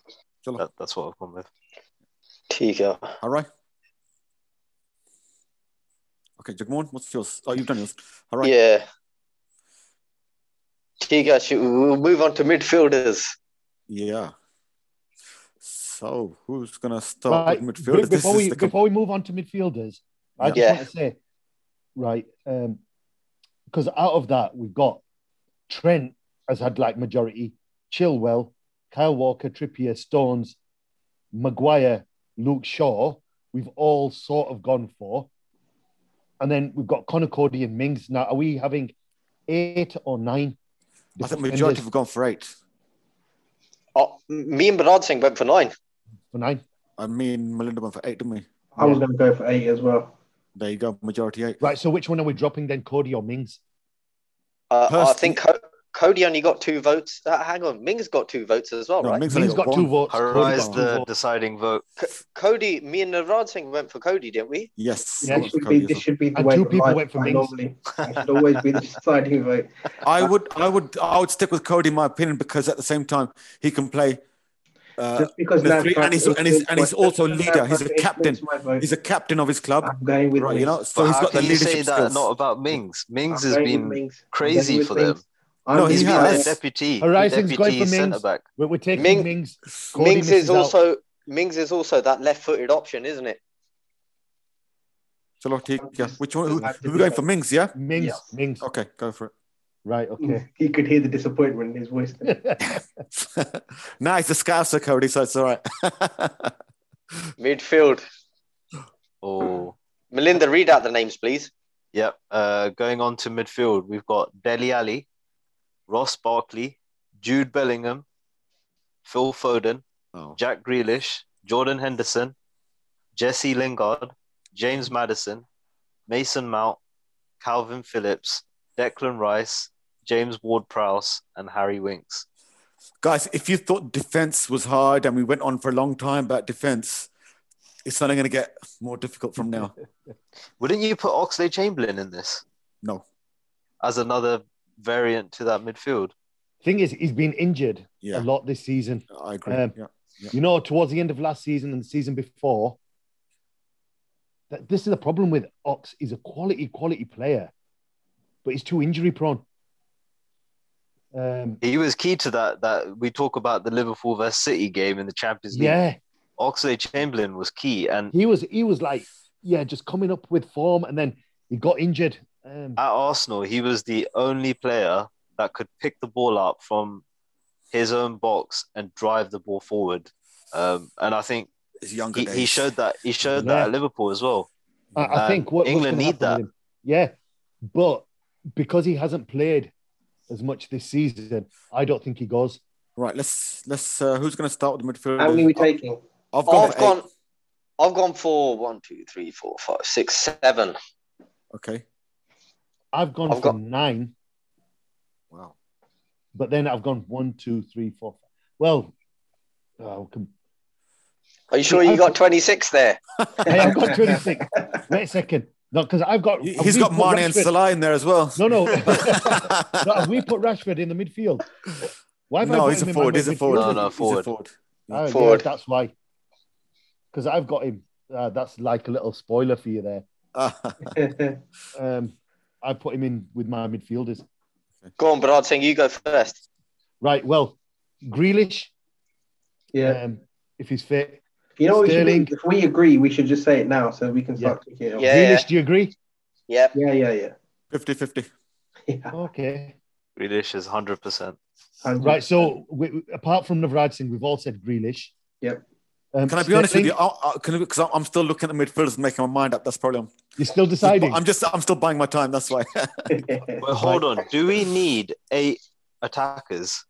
S2: Chalo.
S5: that, that's what I've gone with.
S1: ठीक है
S2: All right. Okay, Jagmohan, what's yours? Oh, you've done yours. All right.
S1: Yeah. ठीक है should- we'll move on to midfielders.
S2: Yeah. So, who's going to start
S4: Right,
S2: with
S4: be-
S2: midfield? This
S4: before,
S2: is
S4: we,
S2: the com-
S4: before we move on to midfielders, I just
S1: Yeah.
S4: want to say, right, because out of that, we've got Trent has had like majority, Chilwell, Kyle Walker, Trippier, Stones, Maguire, Luke Shaw. We've all sort of gone for. And then we've got Connor Cody and Mings. Now, are we having eight or nine?
S2: I think
S4: defenders
S2: majority have gone for eight.
S1: Oh, me and Bernard Singh went for nine.
S4: for nine.
S2: I mean, Melinda went for eight, didn't we?
S3: I was going to go for eight as well.
S2: There you go, majority eight.
S4: Right. So which one are we dropping then, Cody or Mings?
S1: Uh, I
S2: Personally-
S1: think Co- Cody only got two votes. Uh, hang on, Ming's got two votes as well,
S2: No,
S1: right?
S2: Ming's only
S4: Mings got
S2: one.
S4: two votes. Cody's
S5: Arise
S4: got two
S5: the
S4: votes.
S5: deciding vote.
S1: Cody, me and Narad Singh went for Cody, didn't we?
S2: Yes.
S4: Yeah,
S2: I
S3: This
S2: went for
S3: should be,
S2: Cody as
S3: this
S2: well.
S3: should be the
S4: And
S3: way
S4: two
S3: of
S4: people
S3: life
S4: went for
S3: I
S4: Mings.
S3: normally. I should always be the deciding vote.
S2: I would, I would, I would stick with Cody in my opinion because at the same time he can play. Uh,
S3: Just because
S2: the
S3: now
S2: three-
S3: trying
S2: and
S3: to
S2: he's- and he's-
S3: influence
S2: and he's
S3: my-
S2: also
S3: just
S2: leader.
S3: now
S2: He's
S3: trying
S2: a
S3: to
S2: captain.
S3: influence my vote.
S2: he's a captain of his club,
S3: I'm going with
S2: right? You
S3: Mings.
S2: know, so
S5: But
S2: he's
S5: how
S2: got the
S5: can you say
S2: leadership
S5: that
S2: skills.
S5: not about Mings? Mings has
S3: I'm going with
S5: been
S3: Mings. I'm
S5: crazy
S3: going with
S5: for them.
S3: Mings. I'm
S2: No,
S3: going
S2: he
S3: with
S5: He's been
S2: has.
S5: their
S3: Mings.
S5: deputy,
S4: Horizon's going
S5: deputy
S4: for
S5: centre
S4: Mings.
S5: back.
S4: We're, we're taking
S1: Ming-
S4: Mings. Cody
S1: Mings is
S4: misses out.
S1: also Mings is also that left-footed option, isn't it?
S2: Chalo, take- yeah. Which one? Who,
S3: I'm
S2: who we going for? Mings, yeah.
S4: Mings,
S3: Yes.
S4: Mings.
S2: Okay, go for
S4: Right, okay.
S3: He could hear the disappointment in his voice.
S2: it. nah, he's a scouser, Cody, so it's all right.
S1: Midfield.
S5: Oh,
S1: Melinda, read out the names, please.
S5: yep. Uh, going on to midfield, we've got Deli Ali, Ross Barkley, Jude Bellingham, Phil Foden,
S2: oh.
S5: Jack Grealish, Jordan Henderson, Jesse Lingard, James Madison, Mason Mount, Calvin Phillips, Declan Rice, James Ward Prowse, and Harry Winks.
S2: Guys, if you thought defense was hard and we went on for a long time about defense, it's only going to get more difficult from now.
S5: Wouldn't you put Oxley Chamberlain in this
S2: No.
S5: as another variant to that midfield?
S4: Thing is, he's been injured
S2: Yeah,
S4: a lot this season.
S2: I agree.
S4: Um,
S2: yeah.
S4: You know, towards the end of last season and the season before, that this is the problem with Ox. He's a quality, quality player, but he's too injury prone. Um,
S5: He was key to that. That we talk about the Liverpool versus City game in the Champions League.
S4: yeah,
S5: Oxley Chamberlain was key, and
S4: he was he was like, yeah, just coming up with form, and then he got injured. Um,
S5: at Arsenal, he was the only player that could pick the ball up from his own box and drive the ball forward. Um, and I think
S2: His younger
S5: he,
S2: days.
S5: he showed that he showed
S4: Yeah.
S5: that at Liverpool as well.
S4: I, I
S5: Um,
S4: think what what's
S5: England
S4: gonna
S5: need
S4: happen with
S5: that.
S4: him- Yeah, but because he hasn't played as much this season, I don't think he goes.
S2: Right, let's let's. Uh, who's going to start with the midfield? Oh,
S3: How many are we taking?
S2: I've gone.
S1: I've
S2: for
S1: gone.
S2: eight.
S1: I've gone for one, two, three, four, five, six, seven.
S2: Okay.
S4: I've gone
S1: I've
S4: for
S1: got-
S4: nine,
S2: Wow.
S4: but then I've gone one, two, three, four. Five. Well, oh, come-
S1: Are you sure you got 26 there?
S4: hey, I've got 26. Wait a second. No, because I've got.
S2: He-
S4: have
S2: He's
S4: we
S2: got
S4: put
S2: Mane and
S4: Rashford-
S2: Salah in there as well.
S4: No, no. no. Have we put Rashford in the midfield? Why have I
S2: No,
S4: put
S2: he's
S4: him
S2: a
S4: in
S2: forward.
S4: my
S2: He's a forward.
S5: No,
S4: midfielder?
S5: no,
S2: He's a
S5: forward.
S4: Oh, yeah,
S1: Forward.
S4: that's why. Because I've got him. Uh, that's like a little spoiler for you there.
S2: Ah,
S4: Um, I put him in with my midfielders.
S1: Go on, Bernard Singh, you go first.
S4: Right. Well, Grealish,
S3: yeah.
S4: um, if he's fit.
S3: You know, what we should
S4: Sterling.
S3: do? if we agree, we should just say it now so we can start yeah. it off.
S1: Yeah.
S4: Grealish, do you agree?
S1: Yep.
S3: yeah, yeah, yeah.
S2: 50-50.
S3: yeah.
S4: Okay.
S5: Grealish is hundred percent.
S3: Hundred
S4: Right. So, we, we- apart from Navraj Singh, we've all said Grealish.
S3: Yep.
S4: Um,
S2: Can I be honest with
S4: Sterling,
S2: you? I, I, can because I'm still looking at midfielders and making my mind up. That's probably I'm,
S4: You're still deciding.
S2: I'm just I'm still buying my time. That's why.
S5: Well, hold on. Do we need eight attackers?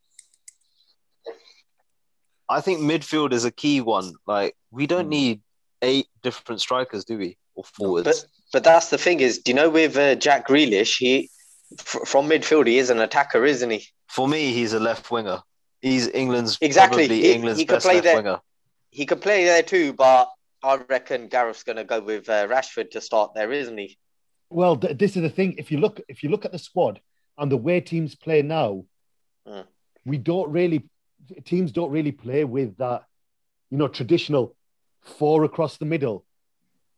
S5: I think midfield is a key one. Like we
S1: Hmm.
S5: don't need eight different strikers, do we? Or
S1: But
S5: forwards.
S1: but that's the thing is, do you know with uh, Jack Grealish, he fr- from midfield he is an attacker, isn't he?
S5: For me, he's a left winger. He's England's
S1: Exactly.
S5: probably
S1: He-
S5: England's
S1: he could
S5: best
S1: play
S5: left
S1: there.
S5: winger.
S1: He could play there too, but I reckon Gareth's going to go with uh, Rashford to start there, isn't he?
S4: Well, th- this is the thing. If you look, if you look at the squad and the way teams play now,
S1: Mm.
S4: we don't really teams don't really play with that, you know, traditional four across the middle.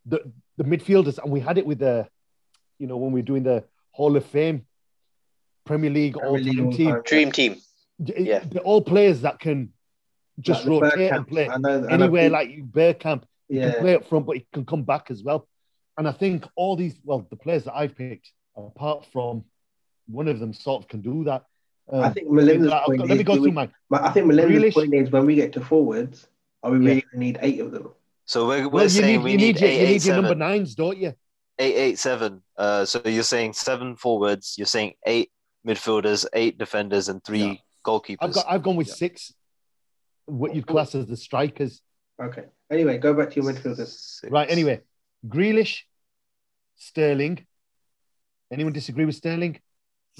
S4: The the midfielders, and we had it with the, you know, when we were doing the Hall of Fame, Premier League
S3: Premier
S4: all
S3: League
S4: time
S3: all-time.
S4: team.
S1: Dream team.
S4: D-
S1: Yeah.
S4: They're all players that can just
S3: Like the
S4: rotate
S3: Bergkamp.
S4: and play
S3: I know, and I
S4: anywhere,
S3: think-
S4: like Bergkamp can
S3: yeah,
S4: play up front, but he can come back as well. And I think all these, well, the players that I've picked, apart from one of them, sort of can do that. Um,
S3: I think
S4: like,
S3: Melinda's
S4: I've
S3: point
S4: got-
S3: is,
S4: let me go
S3: do
S4: through
S3: we,
S4: mine.
S3: but I think Melinda's
S4: Grealish-
S3: point is when we get to forwards, are we
S4: Yeah.
S3: really going to need eight of them?
S5: So we're, we're
S4: Well, you
S5: saying
S4: need,
S5: we
S4: you need,
S5: need,
S4: your, you need your
S5: 887.
S4: number nines, don't you?
S5: eight eight seven. Uh, so you're saying seven forwards. You're saying eight midfielders, eight defenders, and three
S2: Yeah.
S5: goalkeepers.
S4: I've got, I've gone with
S2: Yeah.
S4: six. What you'd class as the strikers,
S3: Okay. Anyway, go back to your midfielders.
S5: Six.
S4: right? Anyway, Grealish, Sterling. Anyone disagree with Sterling?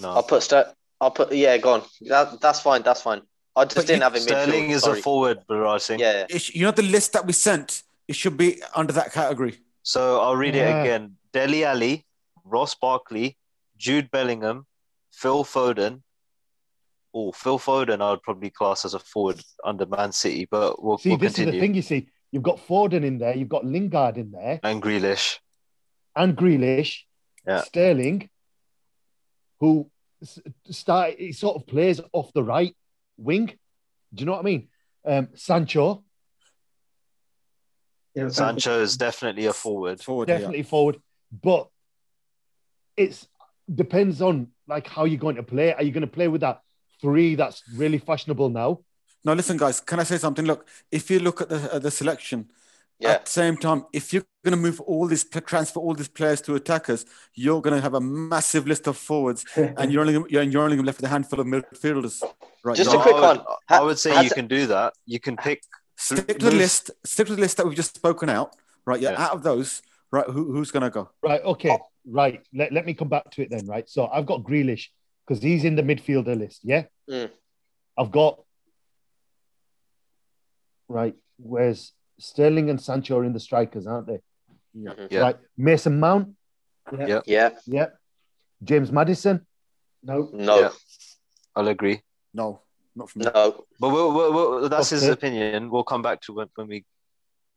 S1: I'll
S5: no.
S1: put Ster- I'll put yeah, go on. That, that's fine. That's fine. I just
S2: But
S1: didn't
S2: you-
S1: have him.
S5: Sterling
S1: midfield,
S5: is
S1: sorry.
S5: a forward, Biraj Singh.
S1: Yeah,
S2: It sh- you know the list that we sent. It should be under that category.
S5: So I'll read
S4: Yeah.
S5: it again. Deli Ali, Ross Barkley, Jude Bellingham, Phil Foden. Oh, Phil Foden, I would probably class as a forward under Man City, but we'll,
S4: See,
S5: we'll
S4: this
S5: continue.
S4: is the thing. You see, you've got Foden in there, you've got Lingard in there,
S5: And Grealish.
S4: and Grealish,
S5: Yeah.
S4: Sterling, who s- start he sort of plays off the right wing. Do you know what I mean? Um, Sancho
S3: You know,
S5: Sancho is definitely a forward.
S2: Forward, yeah.
S4: definitely forward, but it's depends on like how you're going to play. Are you going to play with that three that's really fashionable now?
S2: Now, listen, guys, can I say something? Look, if you look at the, at the selection,
S1: yeah,
S2: At the same time, if you're going to move all these transfer all these players to attackers, you're going to have a massive list of forwards, and you're only you're, you're only left with a handful of midfielders. Right,
S1: Just
S2: now.
S1: a quick
S5: I would,
S1: one.
S5: I would say
S1: Has-
S5: you can do that. You can pick
S2: stick to the
S5: move-
S2: list. Stick to the list that we've just spoken out. Right, yeah.
S5: Yeah.
S2: Out of those, right, who, who's going to go?
S4: Right. Okay. Right. Let, let me come back to it then. Right. So I've got Grealish because he's in the midfielder list. Yeah.
S1: Mm.
S4: I've got. Right. Where's Sterling and Sancho are in the strikers, aren't they?
S2: Yeah.
S3: Mm-hmm.
S5: Yeah.
S4: Right. Mason Mount.
S3: Yeah.
S1: yeah.
S4: Yeah. James Madison.
S3: No.
S1: No,
S5: Yeah. I'll agree.
S2: No, not from me.
S1: no.
S5: But we'll, we'll, we'll, that's his
S4: Okay.
S5: opinion. We'll come back to when, when we.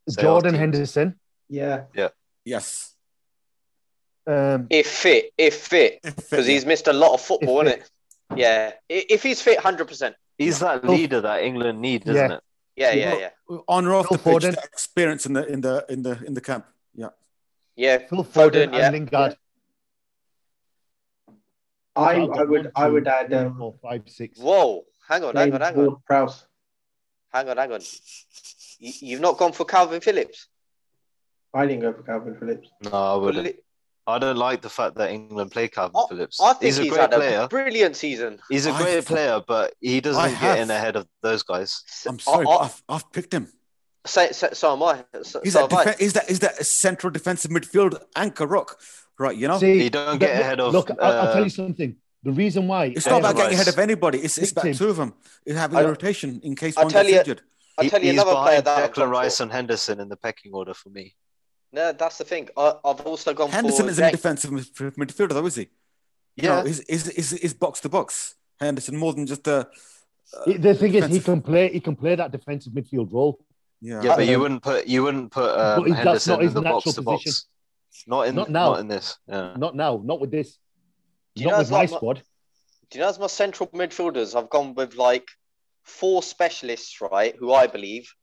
S5: Say our
S4: Jordan
S5: teams.
S4: Henderson.
S3: Yeah.
S2: Yes,
S4: Um,
S1: If fit, if fit, because he's missed a lot of football,
S4: If
S1: isn't it? Yeah. I- If he's fit, hundred percent.
S5: He's that leader that England need, isn't
S4: Oh. Yeah.
S5: it?
S1: Yeah,
S2: You
S1: yeah,
S2: know-
S1: yeah,
S2: on or off
S4: Phil
S2: the pitch,
S4: Foden.
S2: that experience in the in the in the in the camp. Yeah,
S1: yeah.
S4: Phil Foden,
S1: yeah.
S4: and Lingard.
S3: I,
S4: So I've got
S3: I would
S4: one,
S3: I
S4: two,
S3: would add
S4: three,
S3: um,
S4: four, five, six.
S1: Whoa, hang on, hang on, hang on,
S3: Ward Prowse.
S1: hang on, hang on. You, you've not gone for Calvin Phillips.
S3: I didn't go for Calvin Phillips.
S5: No, I wouldn't.
S1: Li-
S5: I don't like the fact that England play Calvin Phillips.
S1: I think
S5: he's
S1: he's,
S5: a great
S1: had
S5: player.
S1: a brilliant season.
S5: He's a
S2: I
S5: great
S2: have-
S5: player, but he
S2: I
S5: doesn't
S2: have-
S5: get in ahead of those guys.
S2: I'm sorry,
S1: I,
S2: but
S1: I,
S2: I've, I've picked him.
S1: so, so, so am I. So,
S2: He's
S1: so
S2: that
S1: am I.
S2: def- he's that is that a central defensive midfield anchor rock, right? You know,
S4: See,
S5: He don't
S4: look-
S5: get ahead of.
S4: Look, I'll, I'll tell
S5: uh,
S4: you something. The reason why
S2: It's
S5: Declan
S2: not about getting
S5: Rice.
S2: ahead of anybody. It's, it's
S4: Big
S2: about
S4: team.
S2: two of them. It's having
S1: I-
S2: a rotation in case
S1: I'll
S2: one
S1: tell
S2: gets
S1: you-
S2: injured.
S1: I'll
S5: he-
S1: tell you
S5: he's
S1: another player
S5: behind
S1: that I've
S5: Declan
S1: gone
S5: Rice
S1: for.
S5: and Henderson in the pecking order for me.
S1: No, that's the thing. I, I've also gone
S2: Henderson
S1: for
S2: is in
S1: Jack-
S2: defensive midf- midfielder, though, is he?
S5: Yeah,
S2: No, he's, he's, he's, he's box to box. Henderson more than just a. uh,
S4: He- the thing is, he
S2: defensive.
S4: can play. He can play that defensive midfield role.
S2: Yeah.
S5: yeah, but you
S4: Um,
S5: wouldn't put you wouldn't put um,
S4: But he- that's
S5: Henderson
S4: not
S5: in
S4: his
S5: the
S4: natural
S5: box to box.
S4: position.
S5: Not in
S4: Not
S5: not,
S4: now.
S5: in this. Yeah.
S4: Not now. Not with this.
S1: Do you
S4: Not
S1: know
S4: with
S1: it's
S4: my
S1: like my-
S4: squad.
S1: Do you know as my central midfielders, I've gone with like four specialists, right? Who I believe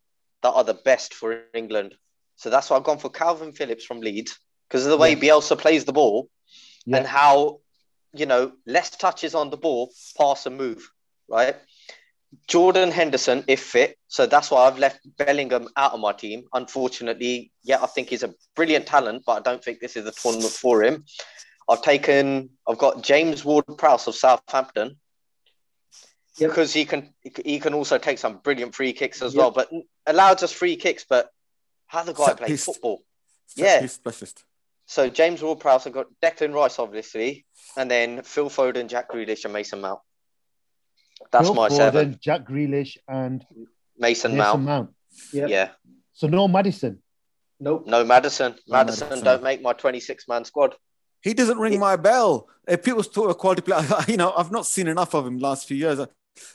S1: that are the best for England. So that's why I've gone for Calvin Phillips from Leeds because of the way Bielsa plays the ball
S4: Yeah.
S1: and how you know less touches on the ball, pass and move, right? Jordan Henderson, if fit, so that's why I've left Bellingham out of my team. Unfortunately, yeah, I think he's a brilliant talent, but I don't think this is the tournament for him. I've taken, I've got James Ward Prowse of Southampton.
S3: Yep.
S1: because he can he can also take some brilliant free kicks as
S3: Yep.
S1: well. But allowed just free kicks, but how the guy
S2: Set
S1: plays
S2: piece.
S1: football.
S2: Set
S1: Yeah.
S2: piece specialist.
S1: So James Ward-Prowse have got Declan Rice, obviously, and then Phil Foden, Jack Grealish, and Mason Mount. That's
S4: Phil
S1: my
S4: Foden,
S1: seven.
S4: Jack Grealish, and
S1: Mason,
S4: Mason
S1: Mount.
S4: Mount.
S3: Yep.
S1: Yeah.
S4: So no Madison.
S3: Nope.
S1: No Madison.
S2: No
S1: Madison,
S2: Maddison.
S1: don't make my 26 man squad.
S2: He doesn't ring
S1: Yeah.
S2: my bell. If people talk a quality player, you know, I've not seen enough of him last few years. Uh,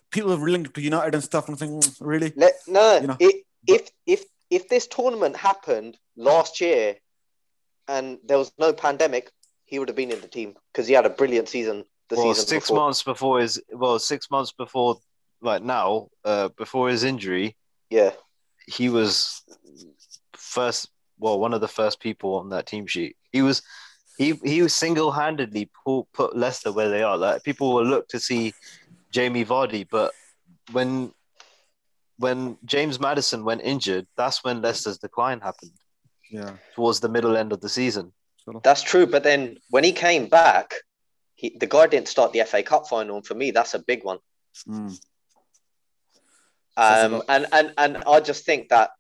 S2: People have linked to United and stuff, and I'm thinking, "Mm, really?
S1: Let, no,
S2: You know,
S1: it, if if if this tournament happened last year and there was no pandemic, he would have been in the team because he had a brilliant season the
S5: well,
S1: season
S5: six
S1: before.
S5: months before his well, six months before like now, uh, before his injury,
S1: Yeah,
S5: he was first well, one of the first people on that team sheet. He was he he was single handedly put put Leicester where they are. Like people will look to see Jamie Vardy, but when when James Madison went injured, that's when Leicester's decline happened
S2: Yeah.
S5: towards the middle end of the season.
S1: that's true. But then when he came back, he, the guy didn't start the FA Cup final. And for me, that's a big one.
S2: Mm. Says a
S1: Um,
S2: lot.
S1: and, and, and I just think that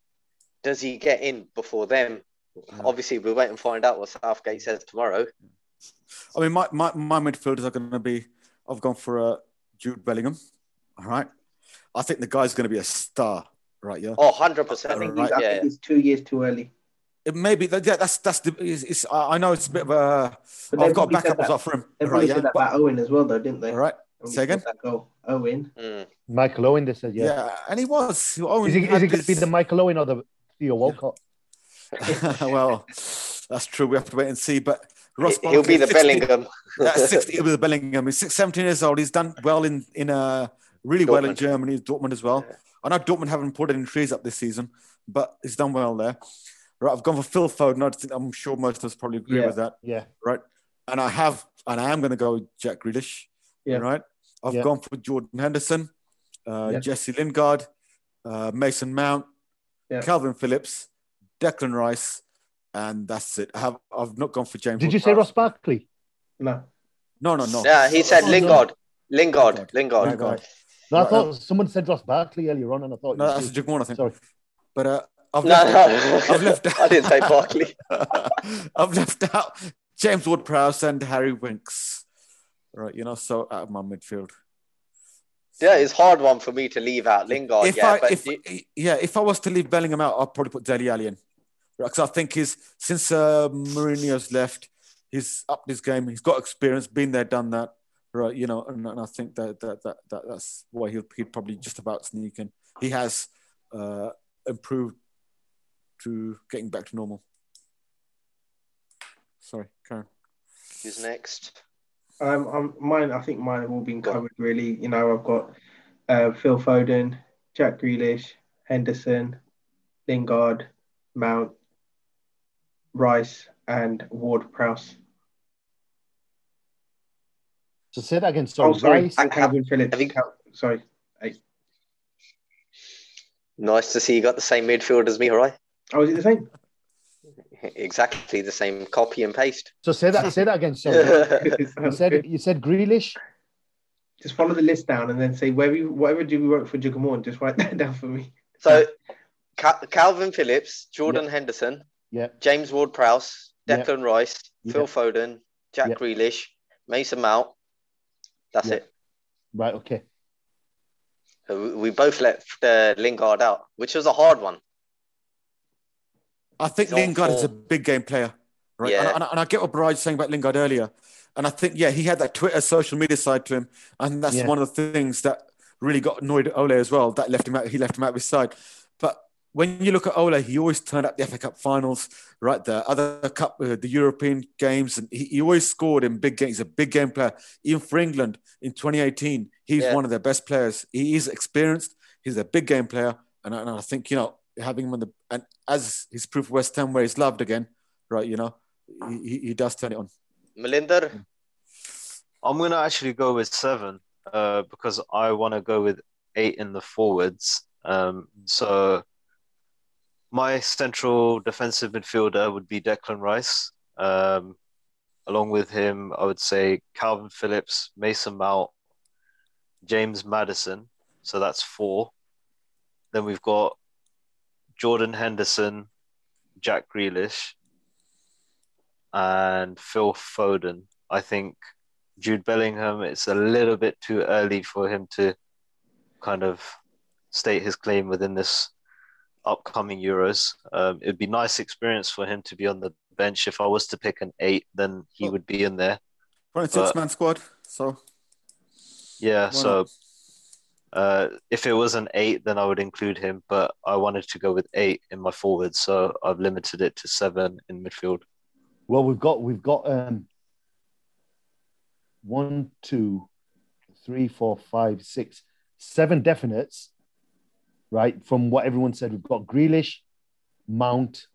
S1: does he get in before them?
S2: Yeah.
S1: Obviously, we'll wait and find out what Southgate says tomorrow.
S2: I mean, my, my, my midfielders are going to be, I've gone for uh, Jude Bellingham. All right. I think the guy's going to be a star, right? Yeah.
S1: Oh, 100%.
S3: I think,
S2: Right.
S3: he's, I
S1: Yeah,
S3: think
S1: yeah.
S3: he's two years too early.
S2: It may be, that, yeah, that's, that's the, it's, it's, I I know it's a bit of a,
S3: But
S2: I've got a
S3: probably said
S2: backup
S3: that-
S2: as well for him.
S3: They
S2: Right.
S3: probably
S2: Yeah.
S3: said that
S2: But,
S3: about Owen as well, though, didn't they?
S2: all right.
S3: When we
S2: Say again?
S3: scored That goal. Owen.
S1: Mm.
S4: Michael Owen, they said,
S2: Yeah.
S4: yeah.
S2: And he was. Owen
S4: Is he, is
S2: had
S4: he going
S2: this-
S4: to be the Michael Owen or the Theo Walcott?
S2: well, that's true. We have to wait and see. But Ross
S1: Mm. He'll be
S2: Barkley,
S1: the
S2: 60
S1: Bellingham.
S2: Yeah, 60 he'll be the Bellingham. He's six- 17 years old. He's done well in in uh, really well in
S1: Dortmund.
S2: Germany, Dortmund as well.
S1: Yeah.
S2: I know Dortmund haven't put any trees up this season, but he's done well there. Right, I've gone for Phil Foden. I think- I'm sure most of us probably agree
S4: Yeah.
S2: with that,
S4: Yeah.
S2: right? And I have, and I am going to go with Jack Grealish,
S3: Yeah.
S2: right? I've
S4: Yeah.
S2: gone for Jordan Henderson, uh,
S3: Yeah.
S2: Jesse Lingard, uh, Mason Mount,
S3: Yeah.
S2: Calvin Phillips, Declan Rice, and that's it. I have, I've not gone for James.
S4: Did you say Ross
S2: Ward-Prowse.
S4: Barkley?
S3: No.
S2: No, no, no.
S1: Yeah, he said
S4: Oh, no.
S1: Lingard. Lingard. Lingard.
S4: Lingard. No,
S2: Right,
S4: I thought someone said Ross Barkley earlier on, and I thought.
S2: No,
S4: it
S2: that's
S4: was
S2: a Jigmon, I
S4: you.
S2: think.
S4: Sorry.
S2: But uh, I've,
S1: No,
S2: left
S1: no.
S2: I've left-
S1: I didn't say Barkley.
S2: out, I've left out James Ward Prowse and Harry Winks. Right, you know, so out of my midfield.
S1: Yeah, it's a hard one for me to leave out Lingard.
S2: if
S1: Oh, yeah,
S2: I,
S1: but
S2: if,
S1: you-
S2: yeah, if I was to leave Bellingham out, I'd probably put Deli Alli in. Because I think he's since uh, Mourinho's left, he's upped his game. He's got experience, been there, done that. Right, you know, and, and I think that that, that, that that's why he'll he'd probably just about sneak in. He has uh, improved to getting back to normal. Sorry, Karen.
S1: who's next?
S3: Um, I'm, mine, I think mine have all been
S1: Go on.
S3: covered, really. You know, I've got uh, Phil Foden, Jack Grealish, Henderson, Lingard, Mount, Rice, and Ward Prowse.
S4: So say that again. Sorry.
S3: Oh, sorry.
S4: Rice,
S3: And Calvin Phillips.
S1: have you-
S3: Cal- sorry.
S1: Nice to see you got the same midfield as me, all right?
S3: Oh, is it the same?
S1: Exactly the same copy and paste.
S4: So say that. Say that again. Sorry.
S1: yeah,
S4: you said you said Grealish.
S3: just follow the list down and then say where we, whatever do we work for Jigamore and just write that down for me.
S1: So Cal- Calvin Phillips, Jordan Henderson,
S4: Yeah.
S1: James Ward Prowse,
S4: Yeah.
S1: Declan Rice, Phil
S4: Yeah.
S1: Foden, Jack
S4: Yeah.
S1: Grealish, Mason Mount. That's
S4: Yeah.
S1: it.
S4: Right. Okay.
S1: So we- We both let uh, Lingard out, which was a hard one.
S2: I think
S1: He's on
S2: Lingard is a
S1: form.
S2: big game player, right?
S1: Yeah.
S2: And, I- and, I- and I get what Bride's saying about Lingard earlier. And I think, yeah, he had that Twitter social media side to him. And that's
S4: Yeah.
S2: one of the things that really got annoyed at Ole as well. That left him out. He left him out of his side. But when you look at Ole, he always turned up the FA Cup finals, right? The other cup, uh, the European games. And he, he always scored in big games. He's a big game player. Even for England in 2018, he's
S1: Yeah.
S2: one of their best players. He is experienced. He's a big game player. And, I- and I think, you know, having him on the, and as his proof West Ham where he's loved again, right? You know, he, he, he does turn it on.
S1: Melinder,
S5: I'm gonna actually go with seven, uh, because I want to go with eight in the forwards. Um, so my central defensive midfielder would be Declan Rice. Um, along with him, I would say Calvin Phillips, Mason Mount, James Madison. So that's four. Then we've got Jordan Henderson, Jack Grealish, and Phil Foden. I think Jude Bellingham, it's a little bit too early for him to kind of state his claim within this upcoming Euros. Um, it'd be nice experience for him to be on the bench. If I was to pick an eight, then he
S2: Oh.
S5: would be in there.
S2: Right,
S5: But-
S2: six man squad. So
S5: Yeah,
S2: why
S5: so
S2: not?
S5: Uh, if it was an eight, then I would include him, but I wanted to go with eight in my forward, so I've limited it to seven in midfield.
S4: Well, we've got we've got um one, two, three, four, five, six, seven definites, right? From what everyone said, we've got Grealish, Mount,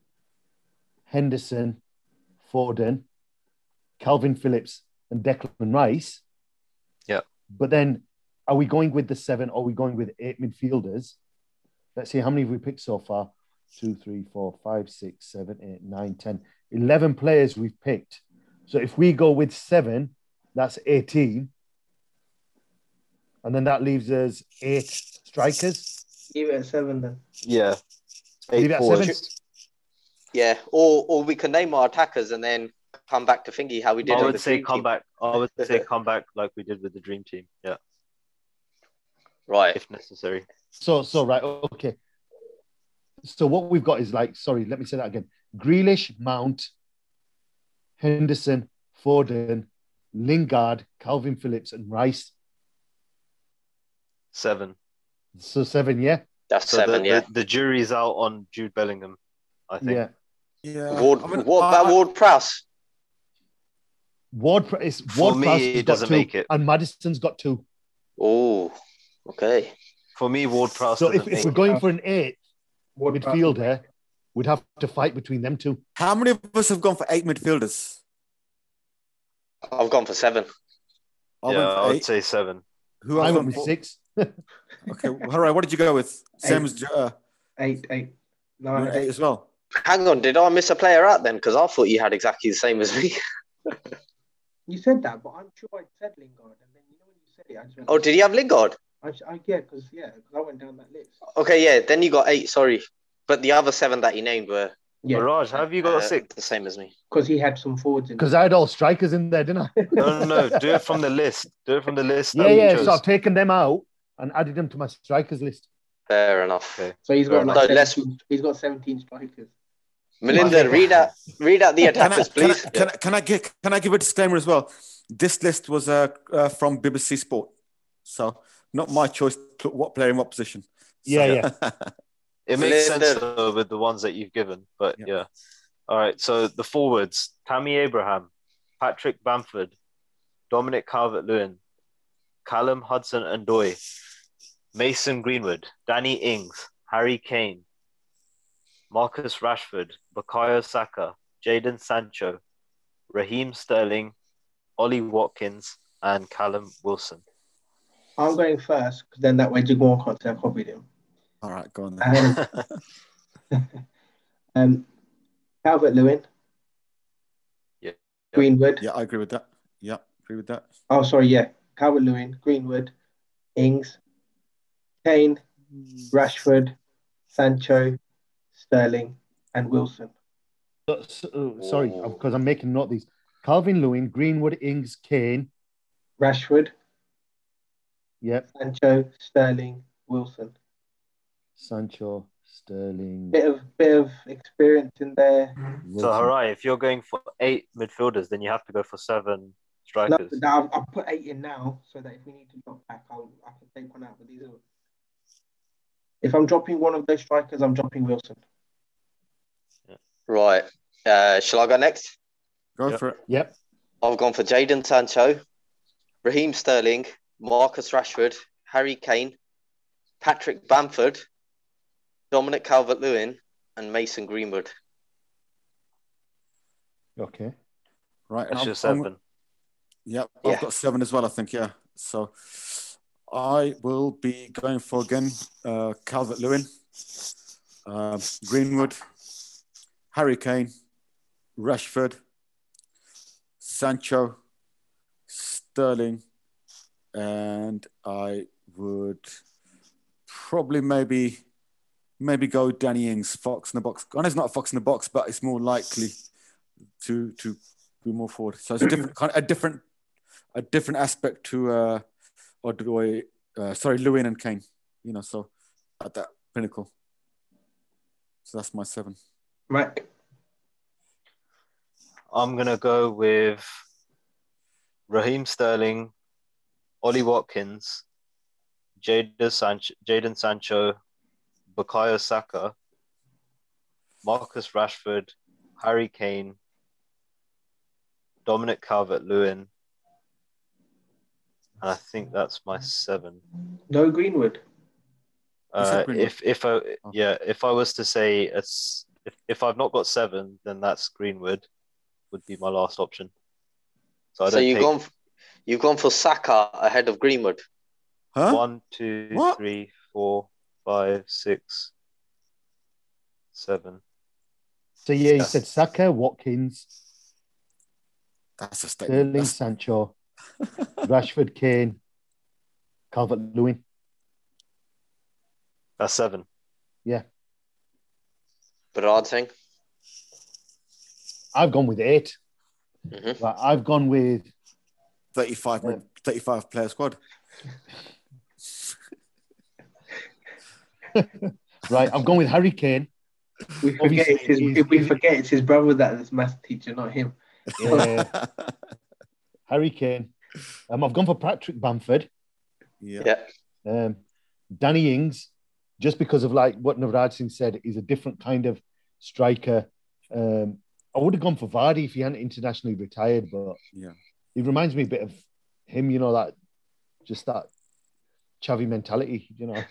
S4: Henderson, Foden, Calvin Phillips, and Declan Rice.
S5: Yeah.
S4: But then are we going with the seven or are we going with eight midfielders? Let's see how many have we picked so far. Two, three, four, five, six, seven, eight, nine, ten. 11 players we've picked. So if we go with seven, that's 18. And then that leaves us eight strikers.
S3: Leave it at seven then.
S5: Yeah,
S4: Leave it
S5: eight
S4: at
S5: forwards.
S1: Yeah, or or we can name our attackers and then come back to thingy how we did.
S5: I
S1: on
S5: would
S1: the
S5: say
S1: team.
S5: come back. I would say come back like we did with the dream team. Yeah,
S1: Right.
S5: if necessary.
S4: So, so right, okay. So what we've got is like, sorry, let me say that again. Grealish, Mount, Henderson, Foden, Lingard, Calvin Phillips, and Rice.
S5: Seven.
S4: So seven, yeah?
S1: That's
S5: So
S1: seven.
S5: the,
S1: yeah.
S5: the, the jury's out on Jude Bellingham, I think.
S4: Yeah.
S2: yeah.
S1: Ward.
S2: I mean,
S1: what
S2: I-
S1: about
S2: I-
S1: Ward Prowse?
S4: Ward is
S5: For
S4: Ward
S5: me,
S4: Prowse
S5: it
S4: has got
S5: doesn't
S4: two,
S5: make it.
S4: and Madison's got two.
S1: Oh, okay.
S5: For me, Ward Prowse
S4: So
S5: doesn't
S4: if,
S5: make
S4: if we're
S5: it.
S4: going for an eight,
S3: What about-
S4: midfielder would have to fight between them two.
S2: How many of us have gone for eight midfielders?
S1: I've gone for seven.
S2: I went
S5: yeah,
S2: for
S5: I would
S2: eight.
S5: say seven.
S2: Who
S4: I
S2: else
S4: went
S2: went
S4: with
S2: for-
S4: six.
S2: Okay, all right. What did you go with? Same as uh,
S3: Eight, eight,
S2: you
S3: nine.
S2: went eight as well.
S1: Hang on, did I miss a player out then? Because I thought you had exactly the same as me.
S3: You said that, but I'm sure I said Lingard, and then you know when you said it, I just went.
S1: Oh, did he have Lingard?
S3: I, sh- I yeah, because yeah, because I went down that list.
S1: Okay, yeah. Then you got eight. Sorry, but the other seven that he named were
S3: Yeah,
S5: Raj, have you got
S1: uh,
S5: a six?
S1: the same as me.
S3: because he had some forwards in.
S4: Because I had all strikers in there, didn't I?
S5: No, no, no. Do it from the list. Do it from the list.
S4: yeah,
S5: that we
S4: yeah.
S5: chose.
S4: So I've taken them out and added them to my strikers list.
S1: Fair enough.
S5: Okay.
S3: So he's
S5: Fair
S3: got like
S5: enough.
S1: So let's-
S3: 17, he's got seventeen strikers.
S1: Melinda, read out read out the
S2: Can I,
S1: attackers,
S2: can, I,
S1: please.
S2: can, I, can I give can I give a disclaimer as well? This list was uh, uh, from BBC Sport, so not my choice. to put What player in what position?
S4: Yeah,
S2: yeah.
S5: It makes sense
S1: Blended.
S5: though with the ones that you've given, but
S2: Yeah.
S5: yeah. All right. So the forwards: Tammy Abraham, Patrick Bamford, Dominic Calvert-Lewin, Callum Hudson and Doy, Mason Greenwood, Danny Ings, Harry Kane, Marcus Rashford, Bakayo Saka, Jaden Sancho, Raheem Sterling, Ollie Watkins, and Callum Wilson.
S3: I'm going first because then that way Jaguar can't say I copied him.
S2: All right, go on. Then.
S3: Um, um, Calvert Lewin.
S5: Yeah.
S3: Greenwood.
S2: Yeah, I agree with that. Yeah, agree with that.
S3: Oh, sorry, yeah. Calvert Lewin, Greenwood, Ings, Kane, Rashford, Sancho, Sterling, and Wilson.
S4: So, so- uh, sorry,
S1: Ooh.
S4: because I'm making note of these. Calvin Lewin, Greenwood, Ings, Kane.
S3: Rashford,
S4: Yep.
S3: Sancho, Sterling, Wilson.
S4: Sancho, Sterling.
S3: Bit of bit of experience in there.
S5: So,
S4: Wilson.
S5: Harai, if you're going for eight midfielders, then you have to go for seven
S3: No,
S5: strikers.
S3: but I've, I've put eight in now so that if we need to drop back, I'll, I can take one out. But these are. If I'm dropping one of those strikers, I'm dropping Wilson.
S1: Right. Uh, shall I go next?
S2: Go
S5: Yeah.
S2: for it.
S4: Yep.
S1: I've gone for Jaden Sancho, Raheem Sterling, Marcus Rashford, Harry Kane, Patrick Bamford, Dominic Calvert Lewin, and Mason Greenwood.
S4: Okay.
S2: Right. and
S5: That's
S2: I'm-
S5: your
S2: I'm-
S5: 7
S2: Yep,
S1: Yeah.
S2: I've got seven as well, I think. Yeah. So I will be going for again uh, Calvert Lewin, uh, Greenwood, Harry Kane, Rashford, Sancho, Sterling, and I would probably maybe maybe go Danny Ings, Fox in the box. I know it's not a Fox in the box, but it's more likely to to be more forward. So it's a different kind, a different a different aspect to uh, Odoi. Uh, sorry, Lewin and Kane. You know, so at that pinnacle. So that's my seven.
S3: Mac.
S5: I'm gonna go with Raheem Sterling, Ollie Watkins, Jaden Sancho, Jaden Sancho, Bukayo Saka, Marcus Rashford, Harry Kane, Dominic Calvert Lewin, and I think that's my seven.
S3: No Greenwood.
S5: Uh, if if
S2: Oh.
S5: I yeah if I was to say it's if, if I've not got seven then that's Greenwood would be my last option. So I
S1: So
S5: don't
S1: you've
S5: take
S1: gone, f- you've gone for Saka ahead of Greenwood.
S2: Huh?
S5: one, two,
S2: What?
S5: three, four, five, six, seven.
S4: So yeah, you
S5: Yeah.
S4: said Saka, Watkins,
S2: That's a statement.
S4: Sterling, Sancho, Rashford, Kane, Calvert Lewin.
S5: That's seven.
S1: Bernard thing.
S4: I've gone with 8
S1: Mhm.
S4: Right, I've gone with
S2: Thirty-five, man- thirty-five player squad.
S4: right. I've gone with Harry Kane.
S3: We forget
S4: Obviously,
S3: it's his,
S4: he's-
S3: if we
S4: he's-
S3: forget it's his brother that is math teacher, not him.
S4: Yeah, Uh, Harry Kane. Um, I've gone for Patrick Bamford.
S2: yeah.
S1: Yeah.
S4: Um, Danny Ings, just because of like what Navraj Singh said, is a different kind of striker. Um, I would have gone for Vardy if he hadn't internationally retired, but
S2: Yeah.
S4: he reminds me a bit of him. You know that, just that chavvy mentality. You know,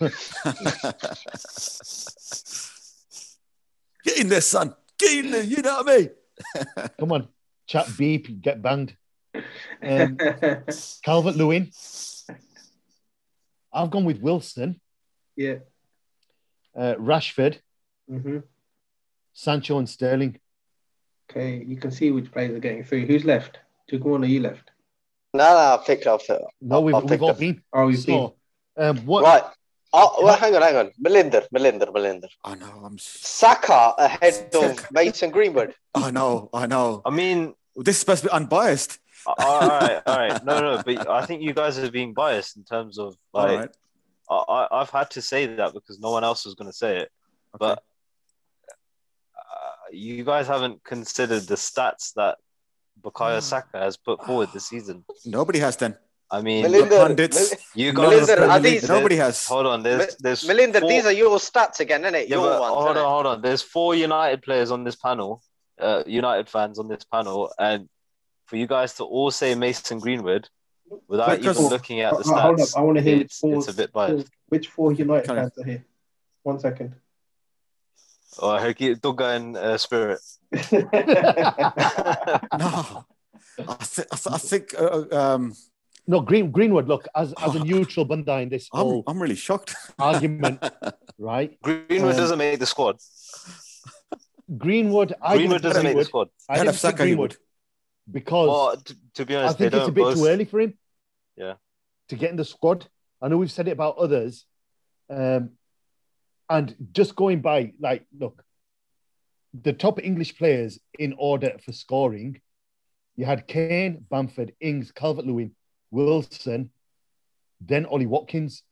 S2: Get in there, son. Get in there. You know what I mean?
S4: come on, chat beep, get banged. Um,
S5: mm-hmm.
S4: Calvert Lewin. I've gone with Wilson,
S3: yeah.
S4: uh, Rashford,
S3: hmm
S4: Sancho, and Sterling.
S3: Okay, you can see which players are getting through. Who's left? Tukumon, are you left?
S1: No, no, I picked up. it.
S4: No, we've,
S1: I'll
S4: we've
S1: pick
S4: all
S1: the-
S4: been.
S3: Oh, you've
S4: So, um, what?
S1: Right. Oh,
S4: Can
S1: well,
S4: I-
S1: hang on, hang on. Melinder, Melinder, Melinder.
S2: I know. I'm. s-
S1: Saka ahead of Mason Greenwood.
S2: I know. I know.
S5: I mean,
S2: This is supposed to be unbiased.
S5: all right, all right. No, no, but I think you guys are being biased in terms of
S2: All
S5: like
S2: right. Okay.
S5: I, I- I've had to say that because no one else was going to say it. But uh, you guys haven't considered the stats that Bukayo Saka has put forward this season.
S2: nobody has then.
S5: I mean,
S2: Melin-
S1: Melinder,
S2: pundits.
S5: you
S1: Melin- Melin-
S5: guys. There's-
S1: are these-
S2: Nobody has.
S5: Hold on, there's there's
S1: Melinder,
S5: four-
S1: these are your stats again, innit?
S5: Yeah,
S1: your
S5: but
S1: ones. eh?
S5: hold
S1: innit?
S5: on, hold on. There's four United players on this panel, uh, United fans on this panel, and for you guys to all say Mason Greenwood without
S2: Because-
S5: even looking at the
S3: Oh, hold up,
S5: stats,
S3: I want to hear
S5: it's, it's a bit biased.
S3: Which four United
S2: Carry on.
S3: fans are here? One second.
S5: Oh, I heard you- Dugga and uh, Spirit.
S2: No. I, th- I, th- I think uh, um,
S4: No, Green, Greenwood. Look, as, as
S1: Oh.
S4: a neutral Bandai in this
S2: I'm,
S4: whole
S2: I'm really shocked.
S4: argument, right?
S5: Greenwood
S4: Um,
S5: doesn't make the squad.
S4: Greenwood. I didn't
S5: Greenwood doesn't
S4: pick Greenwood.
S5: make the squad.
S4: I
S2: Ahead
S4: didn't
S2: of
S4: pick
S2: Saka, you
S4: Greenwood because
S5: Well, t- to be
S4: I
S5: honest,
S4: think
S5: they
S4: it's
S5: don't
S4: a bit
S5: both.
S4: too early for him.
S5: Yeah.
S4: To get in the squad, I know we've said it about others, um, and just going by like, look, the top English players in order for scoring, you had Kane, Bamford, Ings, Calvert Lewin, Wilson, then Ollie Watkins.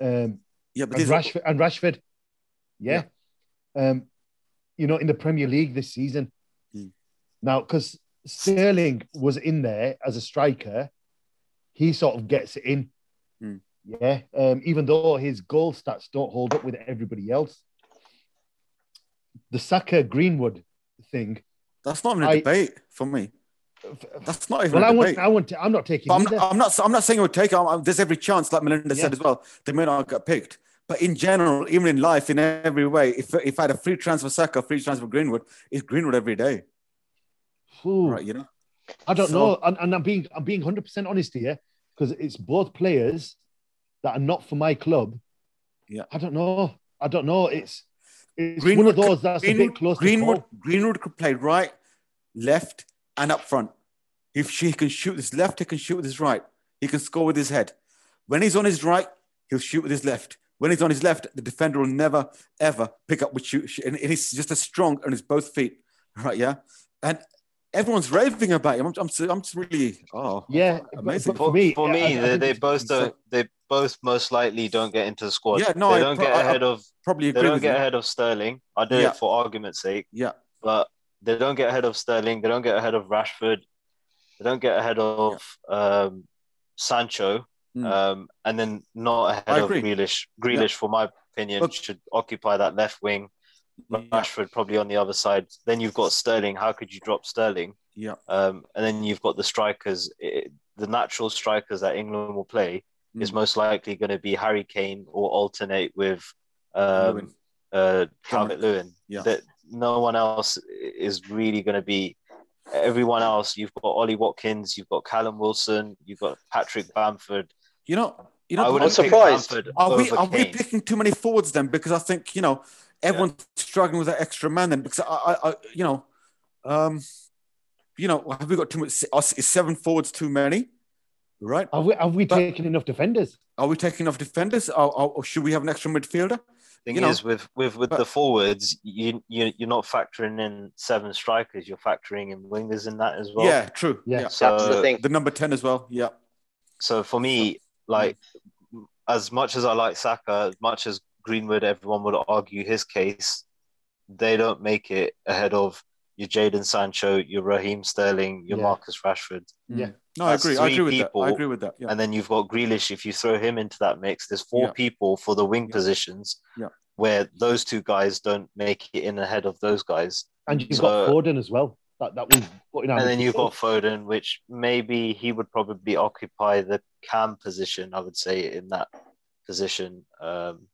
S4: Um,
S2: Yeah, but
S4: and
S2: these
S4: Rashford, and Rashford. Yeah. Um, you know, in the Premier League this season.
S2: Mm.
S4: Now, because Sterling was in there as a striker, he sort of gets it in.
S2: Mm.
S4: Yeah. Um, even though his goal stats don't hold up with everybody else. The Saka Greenwood thing.
S2: that's not even a
S4: I-
S2: debate for me.
S4: f- f-
S2: That's not even
S4: Well,
S2: a
S4: I
S2: debate.
S4: want, I want, to, I'm not taking
S2: But I'm,
S4: either.
S2: I'm not. I'm not saying it would take. I'm, I'm- there's every chance, like Melinda said as well, they may not get picked. But in general, even in life, in every way, if if I had a free transfer Saka, free transfer Greenwood, it's Greenwood every day,
S4: Ooh.
S2: right? You know.
S4: I don't
S2: So-
S4: know, and, and I'm being I'm being hundred percent honest here because it's both players that are not for my club.
S2: Yeah.
S4: I don't know. I don't know. It's it's
S2: Greenwood
S4: one
S2: could-
S4: of those that's a bit close.
S2: Greenwood,
S4: To call.
S2: Greenwood could play right, left, and up front. If she can shoot with his left, he can shoot with his right. He can score with his head. When he's on his right, he'll shoot with his left. When he's on his left, the defender will never ever pick up with shoot. shoot. And he's just as strong on his both feet, right? Yeah, and everyone's raving about him. I'm, I'm, I'm just really oh
S4: Yeah,
S2: amazing.
S4: but-
S5: For,
S4: me,
S5: for
S4: yeah, I- I
S5: me, they,
S4: think
S5: they
S4: it's-
S5: both don't. They both most likely don't get into the squad.
S2: Yeah, no,
S5: they
S2: I
S5: don't
S2: pro-
S5: get
S2: I- I
S5: ahead of.
S2: probably
S5: They
S2: agree
S5: don't
S2: with
S5: get
S2: you.
S5: ahead of Sterling. I did
S2: Yeah.
S5: it for argument's sake,
S2: Yeah,
S5: but they don't get ahead of Sterling. They don't get ahead of Rashford. They don't get ahead of um, Sancho,
S2: Mm.
S5: um, and then not ahead
S2: I
S5: of
S2: agree.
S5: Grealish. Grealish, for my opinion,
S2: But-
S5: should occupy that left wing. uh,
S2: yeah,
S5: Rashford probably on the other side. Then you've got Sterling. How could you drop Sterling?
S2: yeah,
S5: Um, and then you've got the strikers. It, the natural strikers that England will play is
S2: Mm.
S5: most likely going to be Harry Kane or alternate with um,
S2: Lewin.
S5: uh, Calvert Lewin.
S2: Yeah.
S5: That no one else is really going to be. Everyone else, you've got Ollie Watkins, you've got Callum Wilson, you've got Patrick Bamford.
S2: you know, you know.
S5: I
S2: the-
S5: would
S1: I'm surprised.
S5: Bamford
S2: Are we
S5: over
S2: are we
S5: Kane.
S2: picking too many forwards then? Because I think you know everyone's struggling with that extra man then. Because I, I, I you know, um, you know, have we got too much? Us is seven forwards too many? Right?
S4: Have we, have we
S2: But-
S4: taken enough defenders?
S2: Are we taking off defenders, or, or, or should we have an extra midfielder?
S5: Thing
S2: you know,
S5: is, with with with
S2: but-
S5: the forwards, you you you're not factoring in seven strikers. You're factoring in wingers in that as well.
S2: yeah, true.
S4: Yeah.
S2: Yeah.
S5: So
S1: That's the thing.
S2: The number ten as well. Yeah.
S5: So for me, like as much as I like Saka, as much as Greenwood, everyone would argue his case, they don't make it ahead of your Jaden Sancho, your Raheem Sterling, your
S4: Yeah.
S5: Marcus Rashford,
S4: Yeah.
S2: No, I
S5: That's
S2: agree. I
S5: three
S2: agree with
S5: people,
S2: that. I agree with that. Yeah.
S5: and then you've got Grealish. If you throw him into that mix, there's four
S2: Yeah.
S5: people for the wing
S2: Yeah.
S5: positions
S2: Yeah.
S5: where those two guys don't make it in ahead of those guys.
S4: And you've
S5: So-
S4: got Foden as well. That that was putting out.
S5: And then you've got Foden, which maybe he would probably occupy the cam position, I would say, in that position. Um,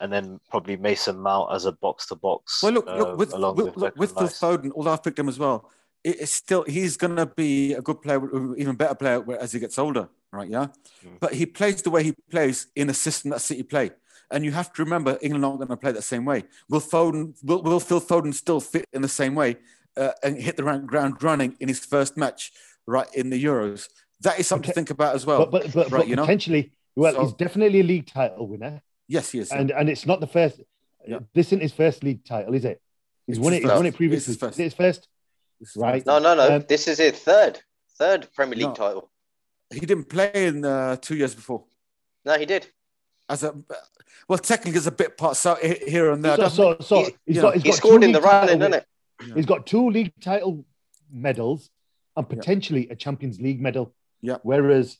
S5: and then probably Mason Mount as a um, box to box.
S2: Well, look, look with with, look, with Phil Foden, although I've picked him as well, it- it's still he's going to be a good player, even better player as he gets older, right? Yeah,
S5: Mm.
S2: but he plays the way he plays in a system that City play, and you have to remember England aren't going to play that same way. Will Foden, will, will Phil Foden still fit in the same way uh, and hit the round- ground running in his first match, right in the Euros? That is something to
S4: Okay.
S2: think about as well.
S4: But but but,
S2: Oh, right,
S4: but
S2: you know?
S4: potentially, well,
S2: So-
S4: he's definitely a league title winner,
S2: yes, he is.
S4: and and it's not the first.
S2: Yeah.
S4: This isn't his first league title, is it? He's
S2: It's
S4: won
S2: his
S4: it. He's
S1: first.
S4: won it
S2: It's
S4: previously.
S2: his first.
S4: Is it his first? Right.
S1: No, no, no.
S4: Um,
S1: this is his third, third Premier League
S2: No.
S1: title.
S2: he didn't play in uh, two years before.
S1: No, he did.
S2: As a well, technically, it's a bit part so he- here and there.
S4: So,
S2: doesn't it?
S4: so, so
S1: He's-
S4: he's
S2: yeah.
S4: got, he's
S1: He
S4: got
S1: scored
S4: two
S1: in the
S4: league title
S1: running,
S4: win-
S1: didn't it?
S2: Yeah.
S4: He's got two league title medals and potentially a Champions League medal.
S2: Yeah.
S4: Whereas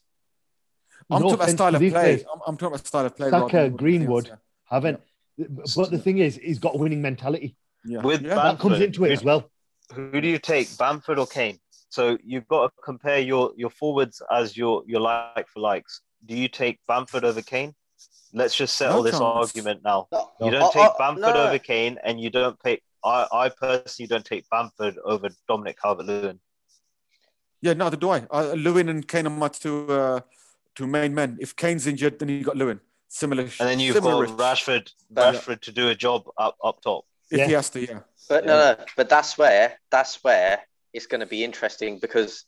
S2: I'm
S4: no
S2: talking about
S4: offense
S2: style
S4: to
S2: of
S4: these
S2: play.
S4: players
S2: I'm, I'm talking about style of play.
S4: Saka,
S2: rather than what
S4: Greenwood.
S2: else,
S4: haven't. But the thing is, he's got a winning mentality.
S2: Yeah.
S5: With
S2: yeah.
S5: Ba-
S4: That comes
S5: Bamford,
S4: into it as well.
S5: Who do you take, Bamford or Kane? So you've got to compare your, your forwards as your, your like for likes. Do you take Bamford over Kane? Let's just settle
S2: No
S5: this
S2: chance.
S5: argument now.
S1: No.
S5: You
S1: Oh,
S5: don't take
S1: oh,
S5: Bamford
S1: no.
S5: over Kane, and you don't take. I, I personally don't take Bamford over Dominic Calvert-Lewin.
S2: yeah, neither do I. Uh, Lewin and Kane are my two uh, two main men. If Kane's injured, then you got Lewin. Similar.
S5: And then you've
S2: similar
S5: got Rashford,
S1: Yeah.
S5: Rashford to do a job up up top.
S2: If
S4: Yeah.
S2: he has to, yeah.
S1: But no, no, but that's where that's where it's going to be interesting because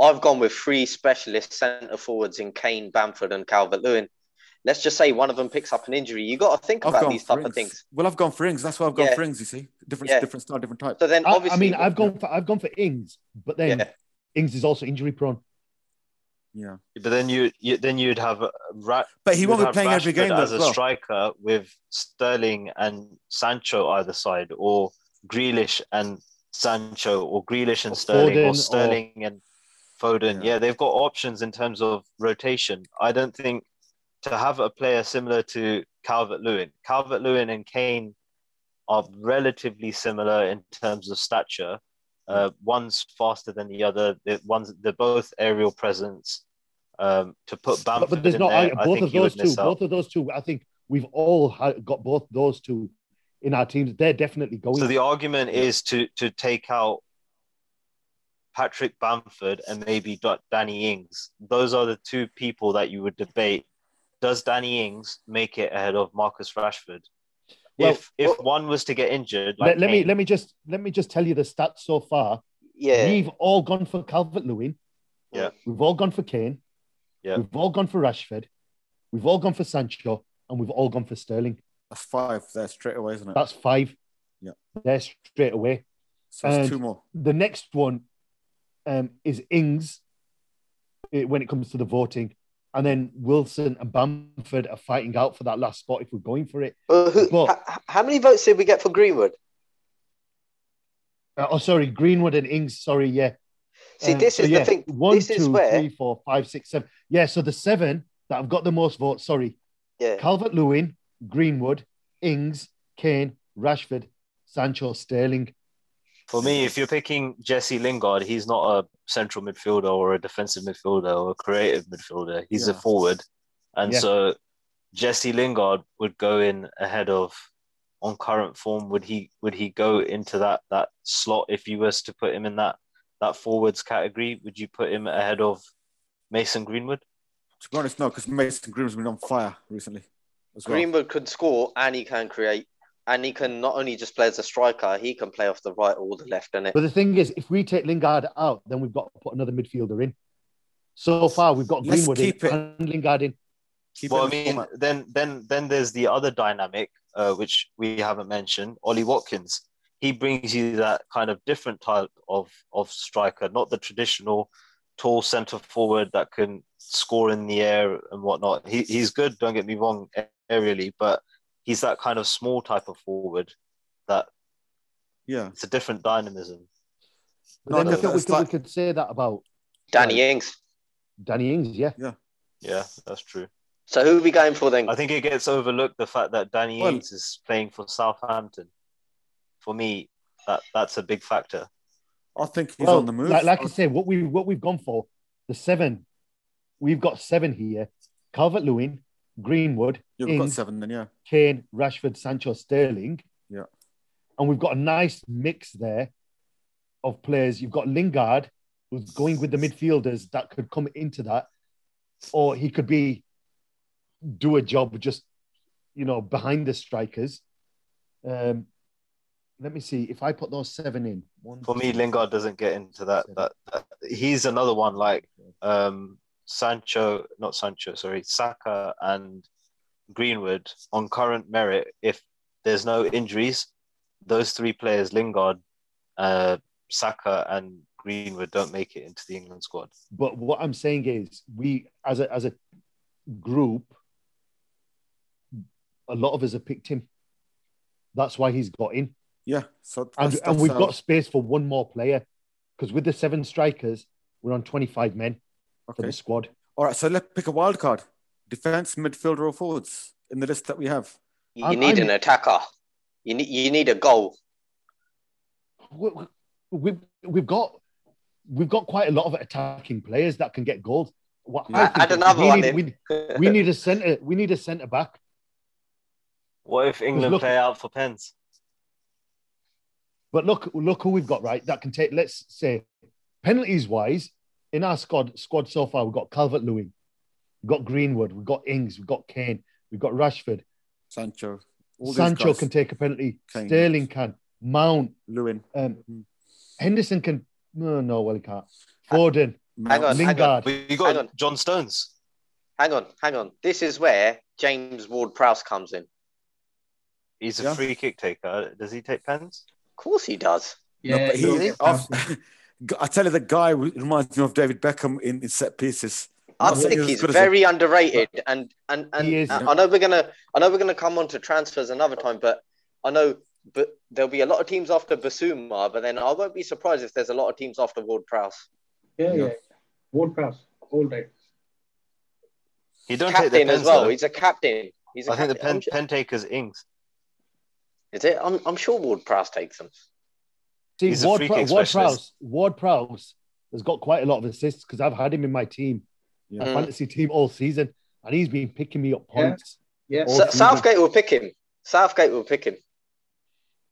S1: I've gone with three specialist centre forwards in Kane, Bamford, and Calvert Lewin. Let's just say one of them picks up an injury. You got to think
S2: I've
S1: about
S2: gone
S1: these
S2: for
S1: type of
S2: rings.
S1: things.
S2: Well, I've gone for rings. That's why I've gone
S1: Yeah.
S2: for rings. You see, different,
S1: Yeah.
S2: different style, different type.
S1: So then,
S4: I,
S1: obviously,
S4: I mean, I've gone for I've gone for Ings, but then
S1: Yeah.
S4: Ings is also injury prone.
S2: Yeah,
S5: But then you, you then you'd have uh, Ra-
S2: but he
S5: you'd
S2: won't be
S5: have
S2: playing every
S5: Rashford
S2: game though,
S5: as
S2: as
S5: a
S2: well.
S5: striker with Sterling and Sancho either side, or Grealish and Sancho, or Grealish and
S4: Or
S5: Sterling,
S4: Foden, or-
S5: or Sterling and Foden.
S2: Yeah.
S5: Yeah. they've got options in terms of rotation. I don't think to have a player similar to Calvert Lewin, Calvert Lewin and Kane are relatively similar in terms of stature. Uh, one's faster than the other. They're, one's, they're both aerial presence. Um, to put
S4: But,
S5: Bamford
S4: but there's
S5: in
S4: not
S5: there,
S4: both
S5: I think
S4: of
S5: you
S4: those
S5: would
S4: two.
S5: miss out.
S4: Both of those two. I think we've all had, got both those two in our teams. They're definitely going.
S5: So the argument is to to take out Patrick Bamford and maybe Da- Danny Ings. Those are the two people that you would debate. Does Danny Ings make it ahead of Marcus Rashford?
S4: Well,
S5: if if one was to get injured, like
S4: let, let me
S5: Kane-
S4: let me just let me just tell you the stats so far.
S1: yeah,
S4: We've all gone for Calvert Lewin.
S5: Yeah.
S4: We've all gone for Kane.
S5: Yeah.
S4: We've all gone for Rashford, we've all gone for Sancho, and we've all gone for Sterling.
S2: That's five there straight away, isn't it?
S4: That's five.
S2: Yeah.
S4: There straight away.
S2: so it's
S4: and-
S2: two more.
S4: The next one um, is Ings eh, when it comes to the voting. And then Wilson and Bamford are fighting out for that last spot if we're going for it.
S1: Uh, who,
S4: Well-
S1: h- h- how many votes did we get for Greenwood?
S4: Uh, oh, sorry, Greenwood and Ings. Sorry, yeah.
S1: See,
S4: Um,
S1: this
S4: so
S1: is
S4: yeah,
S1: the thing.
S4: One,
S1: this is
S4: two,
S1: where,
S4: three, four, five, six, seven. Yeah, so the seven that have got the most votes, sorry,
S1: yeah,
S4: Calvert Lewin, Greenwood, Ings, Kane, Rashford, Sancho, Sterling.
S5: For me, if you're picking Jesse Lingard, he's not a central midfielder or a defensive midfielder or a creative midfielder. He's a
S2: Yeah.
S5: forward. And
S4: Yeah.
S5: so Jesse Lingard would go in ahead of on current form. Would he would he go into that that slot if you was to put him in that that forwards category? Would you put him ahead of Mason Greenwood?
S2: To be honest, no, because Mason Greenwood's been on fire recently as well.
S1: Greenwood could score and he can create, and he can not only just play as a striker, he can play off the right or the left, and it.
S4: But the thing is, if we take Lingard out, then we've got to put another midfielder in. So far, we've got
S2: Let's
S4: Greenwood in
S2: keep it.
S4: and Lingard in.
S2: Keep
S5: well,
S2: it
S5: I
S2: in the
S5: mean,
S2: format.
S5: then then then there's the other dynamic uh, which we haven't mentioned. Ollie Watkins, he brings you that kind of different type of of striker, not the traditional tall centre forward that can score in the air and whatnot. He, he's good, don't get me wrong, a- aerially, but he's that kind of small type of forward. That
S2: yeah.
S5: it's a different dynamism.
S4: But
S2: No,
S4: then
S2: no,
S4: we, could, we,
S2: that's
S4: could, we
S2: like-
S4: could say that about
S1: Danny Ings.
S4: Danny Ings, yeah.
S5: Yeah, that's true.
S1: So who are we going for then?
S5: I think it gets overlooked the fact that Danny
S2: Well-
S5: Ings is playing for Southampton. For me, that that's a big factor.
S2: I think he's on the move.
S4: Like, like I say, what we what we've gone for the seven, we've got seven here: Calvert Lewin, Greenwood,
S2: You've got
S4: Ings,
S2: seven, then yeah.
S4: Kane, Rashford, Sancho, Sterling.
S2: Yeah.
S4: and we've got a nice mix there of players. You've got Lingard, who's going with the midfielders that could come into that, or he could be do a job just you know behind the strikers. Um, let me see if I put those seven in. One,
S5: For me,
S4: two,
S5: Lingard doesn't get into that. That, that he's another one like um, Sancho, not Sancho, sorry, Saka and Greenwood on current merit. If there's no injuries, those three players, Lingard, uh, Saka, and Greenwood, don't make it into the England squad.
S4: But what I'm saying is, we as a as a group, a lot of us have picked him. That's why he's got in,
S2: Yeah. So
S4: and,
S2: that's-
S4: and
S2: that's
S4: we've
S2: how-
S4: got space for one more player, because with the seven strikers, we're on 25 men for
S2: okay.
S4: the squad.
S2: All right. So let's pick a wild card. Defense, midfielder, or forwards in the list that we have.
S1: you
S4: I'm-
S1: need
S4: I'm-
S1: an attacker. You need you need a goal.
S4: We, we, we've got we've got quite a lot of attacking players that can get goals. What I
S1: Yeah.
S4: think
S1: Add
S4: is
S1: another
S4: we
S1: one
S4: need-
S1: in.
S4: we- we need a center. We need a center back.
S5: What if England
S4: look-
S5: play out for pens?
S4: But look, look who we've got right that can take. Let's say penalties wise in our squad squad so far, we've got Calvert Lewin, we've got Greenwood, we've got Ings, we've got Kane, we've got Rashford.
S2: Sancho. All
S4: Sancho
S2: these guys.
S4: can take a penalty.
S2: Kane.
S4: Sterling can. Mount.
S2: Lewin.
S4: Um,
S2: Mm.
S4: Henderson can. No, no, well he can't. Foden,
S1: Hang
S2: uh,
S1: on, hang on,
S4: Lingard.
S5: We
S1: Hang on.
S5: got John Stones.
S1: hang on, hang on. This is where James Ward Prowse comes in. Of
S5: He's a
S2: Yeah.
S5: free kick taker. Does he take pens?
S1: course he does.
S2: No,
S3: Yeah,
S2: but he-
S3: he'll get
S2: off-
S3: Southampton.
S2: I tell you, the guy reminds me of David Beckham in, in set pieces.
S1: I
S2: Not saying
S1: think
S2: as
S1: he's
S2: good as
S1: very underrated, and and and
S4: He is.
S1: I I know we're gonna I know we're gonna come on to transfers another time, but I know but there'll be a lot of teams after Basuma, but then I won't be surprised if there's a lot of teams after Ward Prowse.
S3: yeah,
S2: Yeah.
S3: yeah. Ward Prowse all day.
S5: He don't take the
S1: Captain
S5: pens
S1: as well.
S5: though.
S1: He's a captain. He's a
S5: I think the
S1: captain.
S5: pen,
S1: I'm su-
S5: pen taker's Ings.
S1: Is it? I'm, I'm sure Ward Prowse takes them.
S4: See,
S5: He's a
S4: Ward,
S5: free
S4: Prou-
S5: kick
S4: Ward Prowse.
S5: specialist.
S4: Ward Prowse has got quite a lot of assists because I've had him in my team,
S2: Yeah.
S4: my fantasy team all season, and he's been picking me up
S3: Yeah.
S4: points.
S3: Yeah.
S4: Oh,
S1: Sa-
S4: Jesus.
S1: Southgate will pick him. Southgate will pick him.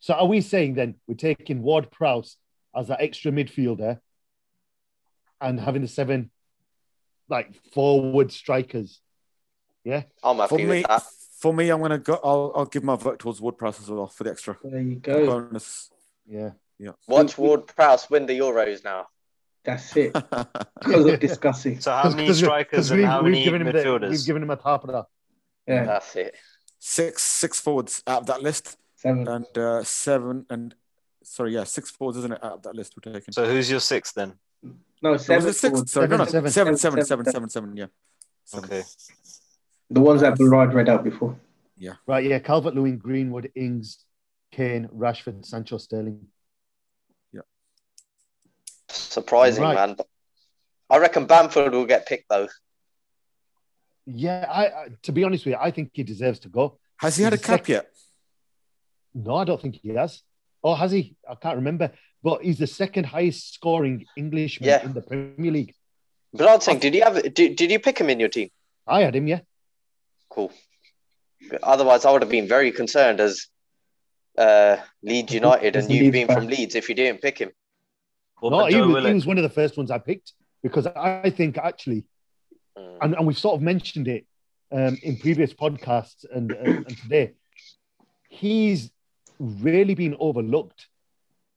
S4: So are we saying then we're taking Ward Prowse as that extra midfielder and having the seven like forward strikers?
S1: I'm
S2: For
S1: happy
S2: me,
S1: with that.
S2: for me, I'm gonna go. I'll, I'll give my vote towards Ward Prowse as well for the extra
S3: There you go.
S2: bonus.
S4: Yeah.
S1: Watch Ward Prowse win the Euros now.
S3: That's it. Because of discussing.
S5: So how many
S4: Because-
S5: strikers
S4: because
S5: and
S4: we've-
S5: how
S4: we've
S5: many
S4: given him the-
S5: midfielders?
S4: We've given him a top of that.
S3: Yeah,
S1: That's it.
S2: Six six forwards out of that list,
S3: seven.
S2: and uh, seven and sorry, yeah, six forwards, isn't it? Out of that list we're taking.
S5: So who's your six then?
S3: No,
S2: No,
S3: seven.
S2: was it six?
S3: forwards.
S2: Sorry, no, no,
S4: Seven,
S2: seven,
S3: seven,
S2: seven,
S3: seven,
S2: seven, seven, seven, seven. Yeah. Seven.
S5: Okay.
S3: The ones that Berard read out before.
S4: Right, yeah. Calvert Lewin, Greenwood, Ings, Kane, Rashford, Sancho, Sterling.
S1: Surprising,
S4: Right.
S1: man. I reckon Bamford will get picked though.
S4: Yeah, I, I to be honest with you, I think he deserves to go.
S2: Has he had a
S4: He's
S2: cap
S4: six.
S2: yet?
S4: No, I don't think he has. Or has he? I can't remember. But he's the second highest scoring Englishman
S1: Yeah.
S4: in the Premier League.
S1: But saying, did you have? Did, did you pick him in your team?
S4: I had him, yeah.
S1: Cool. Otherwise, I would have been very concerned as uh, Leeds United,
S3: He's
S1: and
S3: a
S1: you've
S3: Leeds
S1: been
S3: fan.
S1: from Leeds if you didn't pick him.
S5: What
S4: no,
S5: about
S4: he
S5: Joe
S4: was, he
S5: Willock?
S4: was one of the first ones I picked because I think actually,
S1: Mm.
S4: and, and we've sort of mentioned it um, in previous podcasts and, and, and today, he's really been overlooked.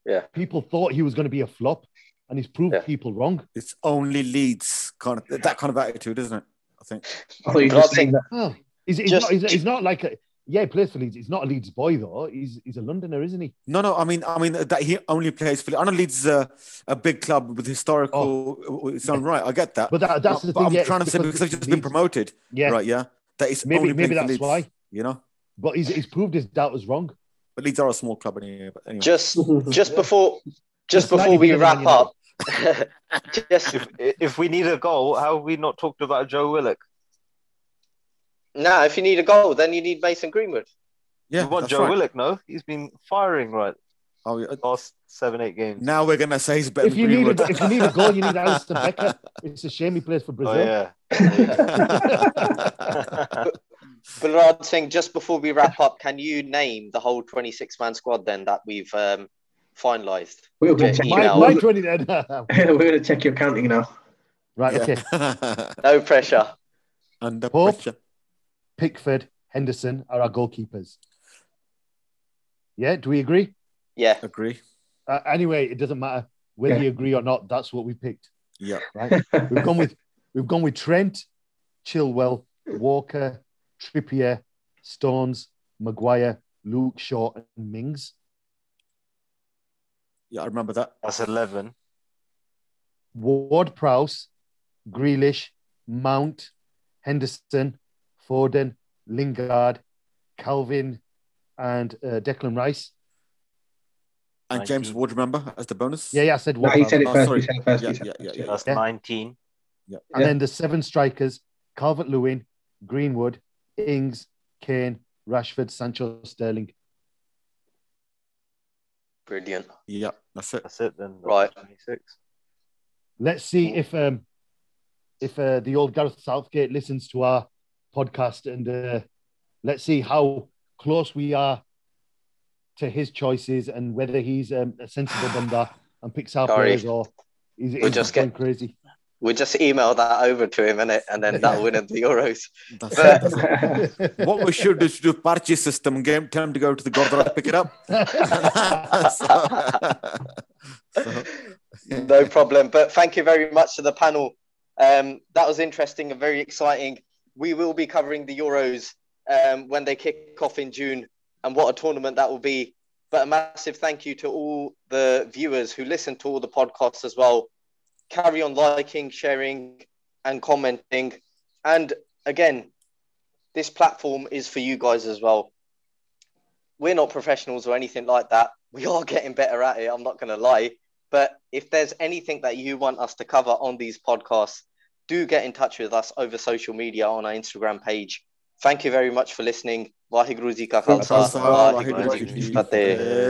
S1: Yeah.
S4: People thought he was going to be a flop and he's proved
S1: Yeah.
S4: people wrong.
S2: It's only Leeds kind of that kind of attitude, isn't it? I think.
S3: I thought you were
S1: But I
S3: just saying
S1: think-
S3: that.
S4: Oh, he's, he's,
S1: Just-
S4: not, he's, he's not like a, yeah, he plays for Leeds. He's not a Leeds boy though. He's, he's a Londoner, isn't he?
S2: No, no. I mean, I mean that he only plays for. I know Leeds is a, a big club with historical. It's not right. I get that.
S4: Oh. But that, that's the
S2: but
S4: thing.
S2: I'm
S4: yeah,
S2: trying to
S4: it's
S2: say because they've
S4: it's
S2: just been
S4: Leeds.
S2: promoted,
S4: Yeah,
S2: right? Yeah, that it's
S4: maybe
S2: only playing
S4: maybe
S2: for
S4: that's
S2: Leeds,
S4: why.
S2: You know,
S4: But he's, he's proved his doubt was wrong.
S2: but Leeds are a small club anyway. But anyway,
S1: Just just before just
S4: Slightly
S1: before we
S4: bigger than
S1: wrap
S4: Man United.
S1: up, just
S5: If if we need a goal, how have we not talked about Joe Willock?
S1: now, if you need a goal, then you need Mason Greenwood.
S2: yeah,
S5: we want
S2: that's
S5: Joe
S2: right.
S5: Willock, no? He's been firing right
S2: Oh, yeah.
S5: last seven, eight games.
S2: Now we're gonna say he's better.
S4: if
S2: than
S4: you need
S2: Greenwood.
S4: a, if you need a goal, you need Alisson Becker. It's a shame he plays for
S5: Oh
S4: Brazil.
S5: yeah.
S1: But I'd saying just before we wrap up, can you name the whole twenty-six man squad then that we've um, finalised?
S3: We We're going
S1: Yeah,
S3: to check.
S1: you
S4: My,
S1: know.
S4: my 20 then. right,
S3: We're going to check your counting now.
S4: okay.
S2: Yeah.
S1: No pressure.
S2: Under
S4: Hope.
S2: pressure.
S4: Pickford, Henderson are our goalkeepers. Yeah, do we agree?
S1: Yeah,
S2: Agree.
S4: Uh, anyway, it doesn't matter whether
S3: Yeah.
S4: you agree or not. That's what we picked.
S2: Yeah.
S4: Right, we've gone with we've gone with Trent, Chilwell, Walker, Trippier, Stones, Maguire, Luke Shaw, and Mings.
S2: Yeah, I remember that.
S5: That's eleven.
S4: Ward Prowse, Grealish, Mount, Henderson, Foden, Lingard, Calvin, and uh, Declan Rice.
S2: And James
S5: Nineteen.
S2: Ward, remember as the bonus?
S4: Yeah, yeah, I said
S3: No,
S4: Ward.
S3: he
S4: Prowse.
S3: said it
S2: Oh,
S3: first.
S2: sorry.
S3: He said it first.
S2: Yeah,
S3: he said
S2: yeah,
S3: it
S2: yeah,
S3: first,
S2: yeah.
S5: That's
S4: Yeah.
S5: nineteen.
S4: and
S3: yeah.
S4: then the seven strikers: Calvert Lewin, Greenwood, Ings, Kane, Rashford, Sancho, Sterling.
S1: brilliant.
S2: Yeah, that's it.
S5: That's it then. That's
S1: Right.
S5: Twenty-six.
S4: Let's see if um, if uh, the old Gareth Southgate listens to our podcast, and uh, let's see how close we are to his choices and whether he's um, a sensible bunda and picks our
S1: Sorry.
S4: players or he's,
S1: We'll
S4: he's
S1: just
S4: just
S1: get-
S4: going crazy.
S1: We'll just email that over to him, innit? and then that'll win him the Euros.
S2: That's
S1: But-
S2: it. That's it. What we should do is do party system game. Tell him to go to the Gordon and pick it up. so, so,
S1: no problem. But thank you very much to the panel. Um, that was interesting and very exciting. We will be covering the Euros um, when they kick off in June, and what a tournament that will be. But a massive thank you to all the viewers who listen to all the podcasts as well. Carry on liking, sharing, and commenting. And again, this platform is for you guys as well. We're not professionals or anything like that. We are getting better at it. I'm not going to lie. But if there's anything that you want us to cover on these podcasts, do get in touch with us over social media on our Instagram page. Thank you very much for listening. Waheguru Ji ka
S2: so,
S1: Khalsa.
S2: so,
S1: Waheguru
S2: Waheguru
S1: Ji
S2: Ji
S1: ki Fateh.
S2: Ki Fateh.